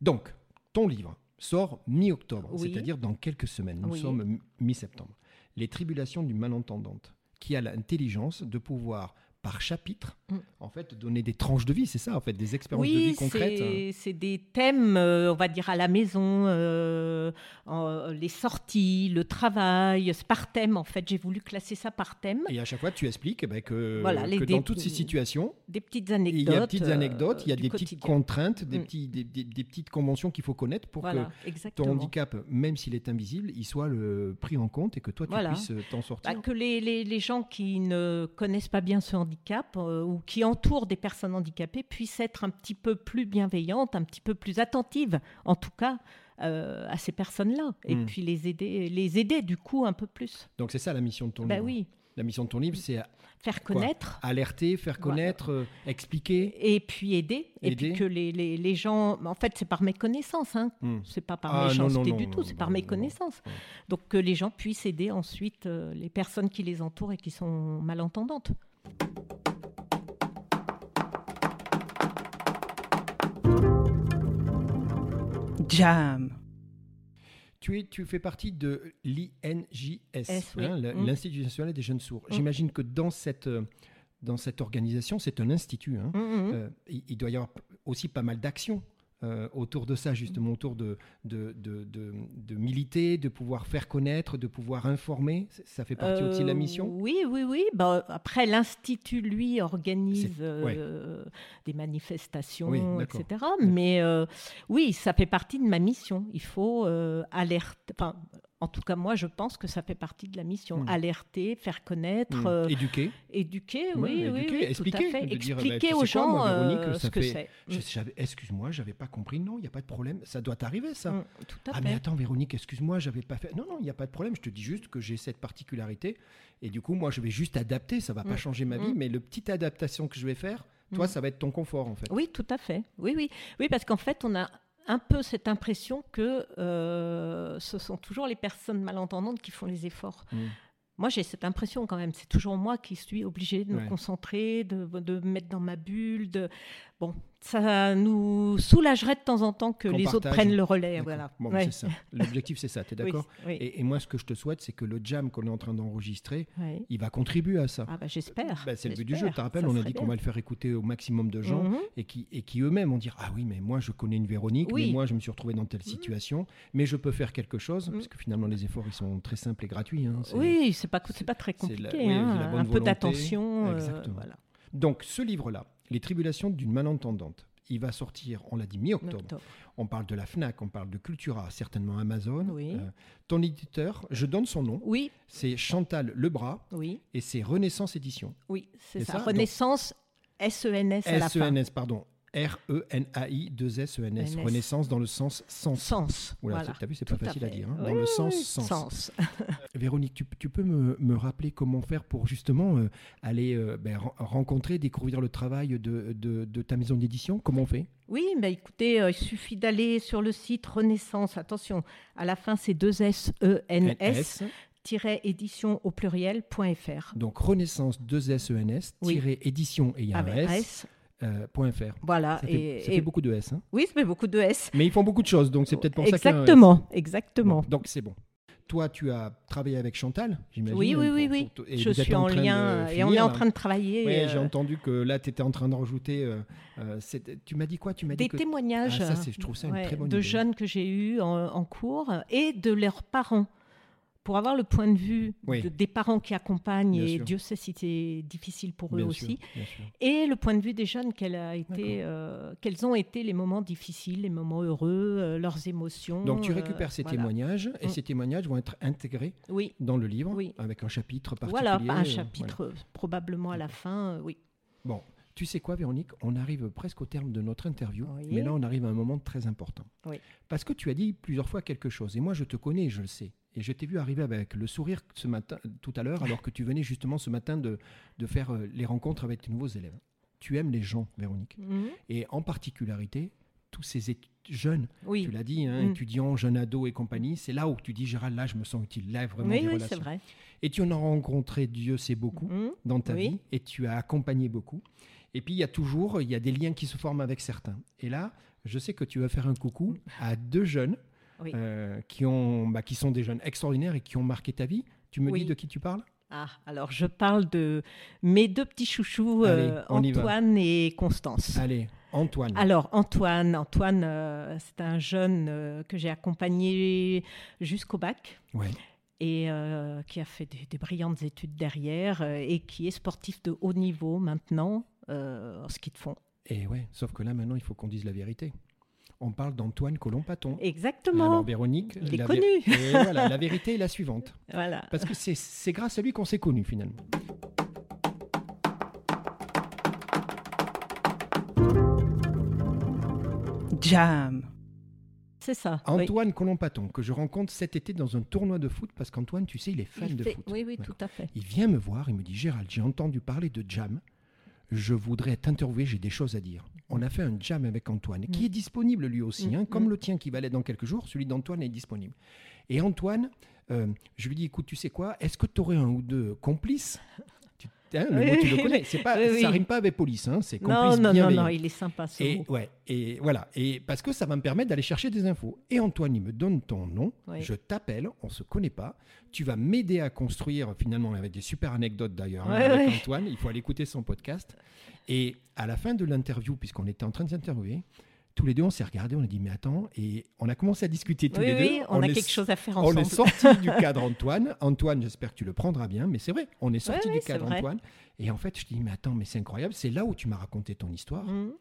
donc, ton livre sort mi-octobre,
Oui.
c'est-à-dire dans quelques semaines. Nous
Oui.
sommes mi- mi-septembre. Les tribulations d'une malentendante qui a l'intelligence de pouvoir par chapitre,
Mm.
en fait, donner des tranches de vie, c'est ça, en fait, des expériences de vie
Oui,
concrètes.
c'est- c'est des thèmes, euh, on va dire, à la maison, euh, en- les sorties, le travail, c'est par thème en fait. J'ai voulu classer ça par thème.
Et à chaque fois, tu expliques eh ben, que,
Voilà, les
que dans
dé-
toutes ces situations,
Des petites
il
anecdotes.
y a des petites
euh,
anecdotes, il y a
du
des petites
quotidien.
contraintes, des,
Mm.
petits, des, des- des petites conventions qu'il faut connaître pour que
Voilà,
ton
exactement.
handicap, même s'il est invisible, il soit le, pris en compte et que toi, tu
Voilà.
puisses euh, t'en sortir.
Bah, que les, les- les gens qui ne connaissent pas bien ce handicap euh, ou qui entourent des personnes handicapées puissent être un petit peu plus bienveillantes, un petit peu plus attentives, en tout cas, euh, à ces personnes-là. Et
Mm.
puis les aider, les aider du coup un peu plus.
Donc c'est ça la mission de ton
Bah
livre.
oui,
La mission de ton livre, c'est
faire
Quoi
connaître.
alerter, faire
Voilà.
connaître, euh, expliquer.
Et puis aider, et
Aider.
puis que les, les- les gens, en fait c'est par méconnaissance, hein.
Hmm.
c'est pas par
Ah, non, non,
méchanceté
non,
du
non,
tout, c'est
non,
par
non, non.
méconnaissance.
Ouais.
Donc que les gens puissent aider ensuite euh, les personnes qui les entourent et qui sont malentendantes.
jam.
Tu, es, tu fais partie de l'INJS,
S, oui.
l-
Mm.
hein, l'Institut national des jeunes sourds.
Mm.
J'imagine que dans cette, euh, dans cette organisation, c'est un institut. hein.
Mm, mm, mm.
Euh, il, il doit y avoir p- aussi pas mal d'actions euh, autour de ça, justement, autour de, de, de, de- de militer, de pouvoir faire connaître, de pouvoir informer. C- Ça fait partie aussi de la
Euh,
mission
Oui, oui, oui. Bah, après, l'Institut, lui, organise
C'est-
euh, des manifestations,
Oui, d'accord.
etc. Mais euh, oui, ça fait partie de ma mission. Il faut euh, alerter. Enfin, en tout cas, moi, je pense que ça fait partie de la mission.
Mm.
Alerter, faire connaître,
Mm.
euh,
Éduquer.
éduquer,
Ouais,
oui, oui,
éduquer,
oui,
expliquer,
tout à fait.
de dire, bah, tu
Expliquer
sais
aux
quoi,
gens
moi, Véronique,
euh,
ça
ce que
fait-
c'est.
Je-
Mm,
j'avais- Excuse-moi, j'avais pas compris. Non, il n'y a pas de problème. Ça doit t'arriver, ça.
mm, tout à
Ah mais
fait.
attends Véronique, excuse-moi, j'avais pas fait. Non non, il n'y a pas de problème. Je te dis juste que j'ai cette particularité et du coup moi je vais juste adapter. Ça va pas
Mm.
changer ma vie,
Mm.
mais le petite adaptation que je vais faire, toi
Mm.
ça va être ton confort en fait.
Oui, tout à fait. Oui, oui, oui, parce qu'en fait, on a un peu cette impression que euh, ce sont toujours les personnes malentendantes qui font les efforts.
Mm.
Moi, j'ai cette impression quand même. C'est toujours moi qui suis obligée de me
Ouais.
concentrer, de, de me mettre dans ma bulle. De... Bon, ça nous soulagerait de temps en temps que
Qu'on
les autres
partage.
prennent le relais.
D'accord.
Voilà.
Bon,
Ouais.
c'est
*laughs*
ça. L'objectif c'est ça. T'es
Oui,
d'accord
oui,
et, et moi ce que je te souhaite c'est que le jam qu'on est en train d'enregistrer,
ouais.
il va contribuer à ça.
Ah bah, j'espère.
Bah, c'est le but du jeu.
j'espère.
Je te rappelle,
Ça
on a
serait
dit qu'on
bien.
va le faire écouter au maximum de gens.
Mhm.
et qui, et qui eux-mêmes vont dire Ah oui, mais moi je connais une Véronique, mais
Oui.
moi je me suis retrouvé dans telle situation, mais je peux faire quelque chose,
Mm.
parce que finalement les efforts ils sont très simples et gratuits. hein, c'est-
Oui, c'est pas, c'est
c'est-
pas très
c'est la-
compliqué.
oui,
hein.
la bonne
Un peu
volonté.
d'attention. euh,
Exactement.
voilà.
Donc ce livre-là, Les tribulations d'une malentendante, il va sortir, on l'a dit, mi-octobre.
Octobre.
On parle de la Fnac, on parle de Cultura, certainement Amazon. Euh,
Oui.
ton éditeur, je donne son nom,
Oui,
c'est Chantal Lebras
oui.
et c'est Renaissance Édition.
Oui, c'est
C'est
ça.
ça, donc- E
Renaissance, S-E-N-S à la fin.
S-E-N-S, pardon. E R-E-N-A-I, 2 S-E-N-S.
NS.
E Renaissance dans le sens sens.
Sens.
Oula,
voilà.
c'est- t'as vu, c'est pas
Tout à
facile à,
fait.
dire. hein,
Oui,
Dans le
oui,
sens,
oui.
sens.
Sens.
Véronique, tu, tu peux me, me rappeler comment faire pour justement euh, aller euh, ben, ren- rencontrer, découvrir le travail de, de- de ta maison d'édition Comment on fait
Oui, bah écoutez, euh, il suffit d'aller sur le site Renaissance. Attention, à la fin, c'est 2 S E N S édition au pluriel.fr.
Donc Renaissance 2 S E N S
Oui.
tiré édition et il y a un
Avec
S,
S.
euh, point fr.
Voilà.
Ça, fait,
et,
ça
et-
fait beaucoup de S. hein.
Oui, ça fait beaucoup de S.
Mais ils font beaucoup de choses, donc c'est peut-être pour ça qu'il y a un S.
Exactement,
Bon,
exactement.
donc c'est bon. Toi, tu as travaillé avec Chantal, j'imagine
oui, oui,
pour-
oui,
pour-
oui.
pour- et
Je
vous êtes
suis en
train de
lien euh, et on est
finir,
en
là.
train de travailler
Ouais,
euh,
j'ai entendu que là, tu étais en train de rajouter. euh, euh, c'était- tu m'as dit quoi Tu m'as dit
des
que
témoignages
Ah, ça, c'est- je trouve ça une très bonne
de
idée.
jeunes que j'ai eus en, en cours euh, et de leurs parents pour avoir le point de vue
Oui.
de- des parents qui accompagnent
Bien
et
sûr.
Dieu sait si c'est difficile pour eux
Bien sûr,
aussi
bien sûr.
et le point de vue des jeunes quels, a
D'accord.
été, euh, quels ont été les moments difficiles, les moments heureux, euh, leurs émotions.
Donc tu
euh,
récupères ces
voilà.
témoignages et
Mm.
ces témoignages vont être intégrés
Oui.
dans le livre
Oui.
avec un chapitre particulier.
Voilà, un
euh, voilà.
chapitre euh, probablement à la fin, euh, oui.
Tu sais quoi Véronique On arrive presque au terme de notre interview,
Oui.
mais là on arrive à un moment très important.
Oui.
Parce que tu as dit plusieurs fois quelque chose et moi je te connais, je le sais. Et je t'ai vu arriver avec le sourire ce matin, tout à l'heure, alors que tu venais justement ce matin de, de faire euh, les rencontres avec tes nouveaux élèves. Tu aimes les gens, Véronique.
Mhm.
Et en particularité, tous ces étu- jeunes,
Oui.
tu l'as dit, hein,
Mm.
étudiants, jeunes ados et compagnie, c'est là où tu dis, Gérald, là, je me sens utile. Là, vraiment,
Oui,
des
oui, c'est
relations.
vrai.
Et tu en as rencontré, Dieu sait beaucoup,
Mhm.
dans ta
Oui.
vie, et tu as accompagné beaucoup. Et puis, il y a toujours, il y a des liens qui se forment avec certains. Et là, je sais que tu vas faire un coucou à deux jeunes
Oui.
euh, qui, ont, bah, qui sont des jeunes extraordinaires et qui ont marqué ta vie. Tu me
Oui.
dis de qui tu parles
Ah, alors je parle de mes deux petits chouchous,
Allez,
euh,
on y va.
Antoine et Constance.
Allez, Antoine.
Alors Antoine, Antoine, euh, c'est un jeune euh, que j'ai accompagné jusqu'au bac
Ouais.
et euh, qui a fait des, des brillantes études derrière euh, et qui est sportif de haut niveau maintenant euh, en ski de fond.
Et Eh ouais, sauf que là, maintenant, il faut qu'on dise la vérité. On parle d'Antoine Colomb-Paton. Alors,
Exactement.
Véronique,
Il est
la
connu.
Et voilà, la vérité est la suivante.
*laughs* Voilà.
Parce que c'est- c'est grâce à lui qu'on s'est connus finalement.
jam,
C'est ça. oui.
Antoine Colomb-Paton, que je rencontre cet été dans un tournoi de foot, parce qu'Antoine, tu sais, il est fan
Il
de
fait-
foot.
Oui, oui,
Voilà.
tout à fait.
Il vient me voir, il me dit Gérald, j'ai entendu parler de jam. Je voudrais t'interviewer, j'ai des choses à dire. On a fait un jam avec Antoine, qui est disponible lui aussi,
Mm,
hein, comme
mm.
le tien qui va l'être dans quelques jours, celui d'Antoine est disponible. Et Antoine, euh, je lui dis écoute, tu sais quoi, est-ce que tu aurais un ou deux complices tu, hein, le
Oui,
mot, tu
oui.
le connais, c'est pas,
Oui,
ça
oui.
rime pas avec police, hein, c'est
Non,
complice
non, non,
bienveillant.
non, il est sympa ce
Et,
mot.
ouais, et voilà. Et parce que ça va me permettre d'aller chercher des infos. Et Antoine, il me donne ton nom.
Oui.
Je t'appelle. On se connaît pas. Tu vas m'aider à construire finalement avec des super anecdotes d'ailleurs hein,
Ouais,
avec
ouais.
Antoine. Il faut aller écouter son podcast. Et à la fin de l'interview, puisqu'on était en train de s'interviewer, tous les deux on s'est regardés. On a dit mais attends. Et on a commencé à discuter tous
Oui,
les deux.
oui, on, a
est-
quelque chose à faire
On
ensemble.
est sorti
*laughs*
du cadre Antoine. Antoine, j'espère que tu le prendras bien, mais c'est vrai, on est sorti
Ouais,
du
ouais, c'est
cadre
vrai.
Antoine. Et en fait, je dis, mais attends, mais c'est incroyable, c'est là où tu m'as raconté ton histoire
Mhm.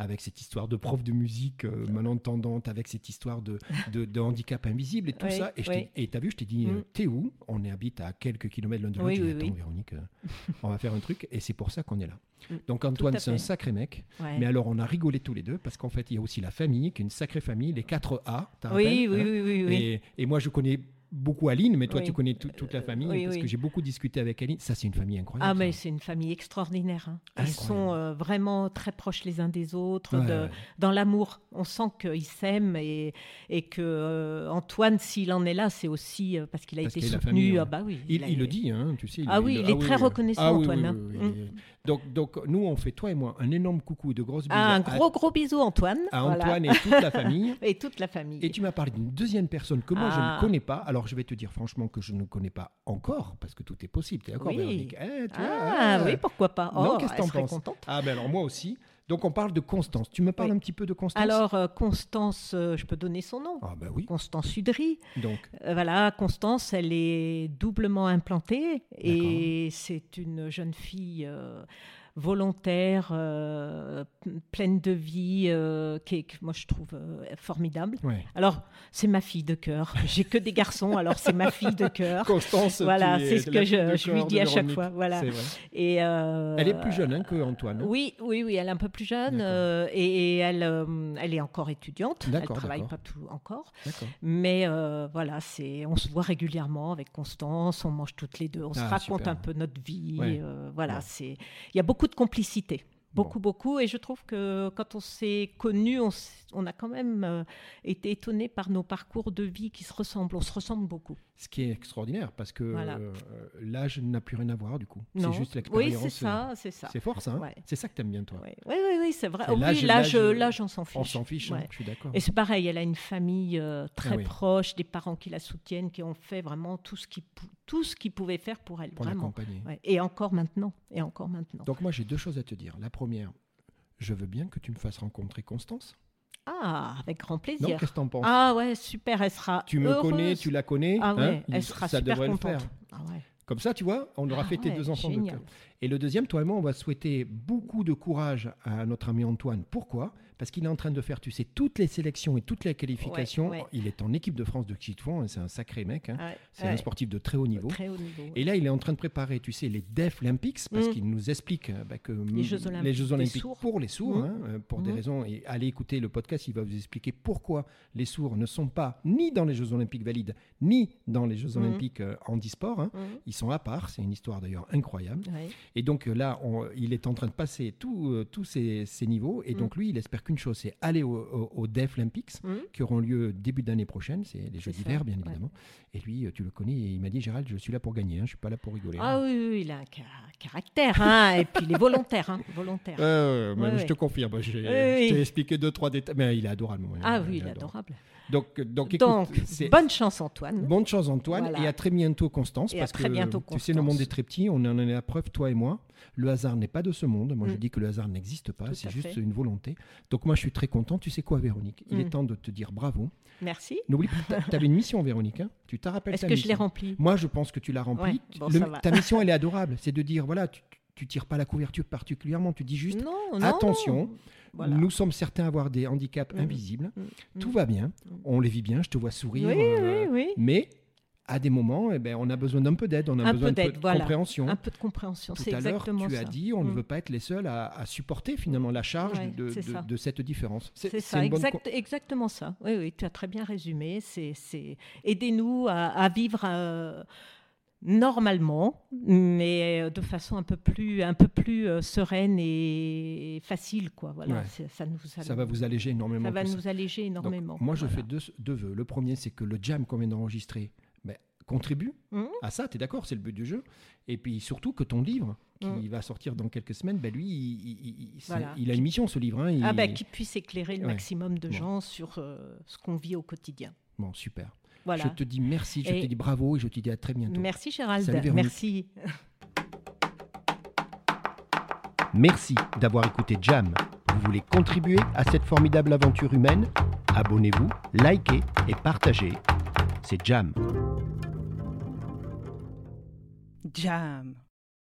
avec cette histoire de prof de musique euh, malentendante, avec cette histoire de, de,
*laughs*
de handicap invisible et tout
Oui,
ça. Et je
oui.
t'ai- et t'as vu, je t'ai dit, euh,
Mm.
t'es où On est habite à quelques kilomètres l'un de l'autre.
Oui,
J'ai dit,
oui,
attends,
oui. *laughs*
Véronique, euh, on va faire un truc. Et c'est pour ça qu'on est là.
Mm,
Donc Antoine,
à
c'est un
fait.
sacré mec.
Ouais.
Mais alors, on a rigolé tous les deux parce qu'en fait, il y a aussi la famille, qui est une sacrée famille, les 4 A. t'as
Oui,
rappelles,
oui,
hein
oui, oui, oui.
et, et moi, je connais beaucoup Aline, mais toi,
Oui. Euh,
tu connais tout- toute la famille
oui,
parce
oui.
que j'ai beaucoup discuté avec Aline. Ça, c'est une famille incroyable.
Ah, mais
ça.
c'est une famille extraordinaire. hein. Ils
Incroyable.
sont euh, vraiment très proches les uns des autres,
Ouais,
de-
ouais.
dans l'amour. On sent qu'ils s'aiment et, et que euh, Antoine, s'il en est là, c'est aussi euh, parce qu'il a
Parce
été
qu'il a la
soutenu.
famille, ouais.
ah bah oui,
Il,
a-
il le dit, hein, tu sais.
Ah oui, il est très reconnaissant,
Ah oui,
Antoine,
oui,
hein.
oui, oui, il est- Donc, donc, nous, on fait, toi et moi, un énorme coucou et de grosses bises
Ah, un
à-
gros, gros bisou, Antoine.
à,
Voilà.
Antoine et
*laughs*
toute la famille.
et toute la famille.
Et tu m'as parlé d'une deuxième personne que moi, je
Ah.
ne connais pas. Alors, je vais te dire franchement que je ne connais pas encore, parce que tout est possible. T'es d'accord,
Oui.
Véronique Eh, tu vois,
ah,
ah.
oui, pourquoi pas
Non,
Oh,
qu'est-ce que
elle
t'en
serait
penses
contente.
Ah, ben alors, moi aussi. Donc, on parle de Constance. Tu me parles
Oui.
un petit peu de Constance
Alors, euh, Constance, euh, je peux donner son nom
Ah, ben oui.
Constance Udry.
Donc,
Euh, Voilà, Constance, elle est doublement implantée et c'est une jeune fille euh, volontaire, euh, p- pleine de vie, euh, qui est- que moi je trouve euh, formidable.
ouais.
Alors, c'est ma fille de
*laughs*
cœur. J'ai que des garçons, alors c'est ma fille de cœur.
Constance.
Voilà,
tu es
c'est ce
la
que
fille de
je, je lui
cœur de
dis à chaque
Véronique.
fois. Voilà.
C'est vrai.
Et euh,
Elle est plus jeune hein, que Antoine. hein.
oui, oui, oui, elle est un peu plus jeune
D'accord.
euh, et, et elle, euh, elle est encore étudiante. Elle
D'accord,
travaille pas
d'accord.
tout encore.
D'accord.
Mais euh, voilà, c'est, on se voit régulièrement avec Constance, on mange toutes les deux, on se
Ah,
raconte
super.
un peu notre vie.
Ouais.
euh, voilà,
Bon.
c'est, il y a beaucoup de complicité,
Bon.
beaucoup, beaucoup. Et je trouve que quand on s'est connus, on, s- on a quand même euh, été étonnés par nos parcours de vie qui se ressemblent. On se ressemble beaucoup.
Ce qui est extraordinaire parce que
Voilà.
euh, l'âge n'a plus rien à voir du coup.
Non
C'est juste
Oui,
l'expérience.
c'est ça, c'est ça.
C'est fort ça. hein
Ouais.
C'est ça que t'aimes bien toi.
Oui, oui, oui, oui, c'est vrai.
C'est
Oh oui,
l'âge-
l'âge,
l'âge-
l'âge, on s'en fiche.
On s'en fiche, hein,
Ouais.
je suis d'accord.
Et c'est pareil, elle a une famille euh, très
Ah oui.
proche, des parents qui la soutiennent, qui ont fait vraiment tout ce qu'ils pou- tout ce qu'ils pouvaient faire pour elle,
Pour
vraiment.
l'accompagner.
Ouais, Et encore maintenant, et encore maintenant.
Donc moi j'ai deux choses à te dire. La première, je veux bien que tu me fasses rencontrer Constance.
ah, avec grand
Non,
plaisir.
qu'est-ce que t'en penses
Ah ouais, super, elle sera
Tu me
heureuse.
connais, tu la connais.
Ah
hein,
ouais,
il-
elle sera
ça
super
devrait
contente.
le faire.
Ah ouais.
Comme ça, tu vois, on aura
Ah
fait tes
ouais,
deux enfants de
génial.
cœur. Et le deuxième, toi et moi, on va souhaiter beaucoup de courage à notre ami Antoine. Pourquoi Parce qu'il est en train de faire, tu sais, toutes les sélections et toutes les qualifications.
Ouais, ouais.
Il est en équipe de France de ski de fond, hein, c'est un sacré mec, hein.
Ouais,
c'est un
ouais.
sportif de très haut niveau.
Très haut niveau. ouais.
Et là, il est en train de préparer, tu sais, les Def Olympics, parce
Mm.
qu'il nous explique euh, bah, que mm,
Jeux Olympiques
les Jeux
des
Olympiques
sourds.
pour les sourds,
Mm.
hein, euh, pour des
Mm.
raisons. Et allez écouter le podcast, il va vous expliquer pourquoi les sourds ne sont pas ni dans les Jeux Olympiques valides, ni dans les Jeux
Mm.
Olympiques euh, handisport. hein.
Mhm.
Ils sont à part, c'est une histoire d'ailleurs incroyable.
Ouais.
Et donc euh, là, on- il est en train de passer tout, euh, tous ces, ces niveaux. Et
Mm.
donc lui, il espère qu'une chose, c'est aller au, au, aux Def Olympics
Mhm.
qui auront lieu début d'année prochaine, c'est les Jeux
ça,
d'hiver bien
ouais.
évidemment. Et lui, euh, tu le connais, il m'a dit Gérald, je suis là pour gagner, hein, je suis pas là pour rigoler.
Ah oui, oui, il a un ca- caractère. hein. Et puis il est volontaire. hein, volontaire.
Euh, mais
Ouais,
Je
ouais.
te confirme, j'ai-
Ouais,
je t'ai
oui.
expliqué deux, trois détails. Mais il est adorable. mon-
ah oui, il est adorable.
adorable. Donc, euh, donc, écoute,
Donc,
c'est-
bonne chance Antoine.
Bonne chance Antoine
Mm. Voilà.
et à très bientôt Constance
Et à
parce
très
que
bientôt,
tu sais le monde
Constance.
est très petit, on en est la preuve toi et moi. Le hasard n'est pas de ce monde. Moi je
Mm.
dis que le hasard n'existe pas,
Tout
c'est
à
juste
fait.
une volonté. Donc moi je suis très content. Tu sais quoi Véronique Il
Mm.
est temps de te dire bravo.
Merci.
N'oublie pas, tu avais une mission Véronique. hein tu t'as rappelé
Est-ce
ta
que je l'ai
mission.
rempli
Moi je pense que tu l'as remplie.
Ouais, bon,
Le-
ça va.
ta mission elle est adorable, c'est de dire voilà tu, tu tires pas la couverture particulièrement, tu dis juste
Non, non.
attention,
Voilà.
nous sommes certains à avoir des handicaps
Mm.
invisibles.
Mm.
Tout va bien,
Mm.
on les vit bien. Je te vois
Oui,
sourire. euh,
oui, oui.
mais à des moments, eh ben, on a besoin d'un peu d'aide, on a
Un
besoin
peu
d'un peu
d'aide,
de
voilà.
compréhension.
Un peu de compréhension,
Tout
c'est
à l'heure,
exactement
tu
ça.
as dit, on ne
Mm.
veut pas être les seuls à, à supporter finalement la charge
Ouais,
de,
c'est
de-
ça.
de cette différence.
C'est
une
ça,
bonne
exact-
co-
exactement ça. Oui, oui, tu as très bien résumé. C'est, c'est- aidez-nous à, à vivre euh, normalement, mais euh, de façon un peu plus, un peu plus euh, sereine et facile, quoi. Voilà,
Ouais.
c'est- ça nous,
Ça va vous alléger énormément.
ça va
tout ça.
nous alléger
Donc,
énormément.
moi, je
Voilà.
fais deux, deux vœux. Le premier, c'est que le jam qu'on vient d'enregistrer ben, contribue
Mhm.
à ça, tu es d'accord, c'est le but du jeu. Et puis surtout que ton livre, qui
Mhm.
va sortir dans quelques semaines, ben, lui, il, il- il- c'est-
Voilà.
il a une mission, ce livre. hein, il-
Ah bah, qu'ils puissent éclairer le
Ouais.
maximum de
Bon.
gens sur euh, ce qu'on vit au quotidien.
Bon, super.
Voilà.
Je te dis merci, je
Et-
te dis bravo et je te dis à très bientôt.
Merci Gérald.
Salut, Véronique.
Merci.
Merci d'avoir écouté Jam. Vous voulez contribuer à cette formidable aventure humaine Abonnez-vous, likez et partagez. C'est Jam.
Jam.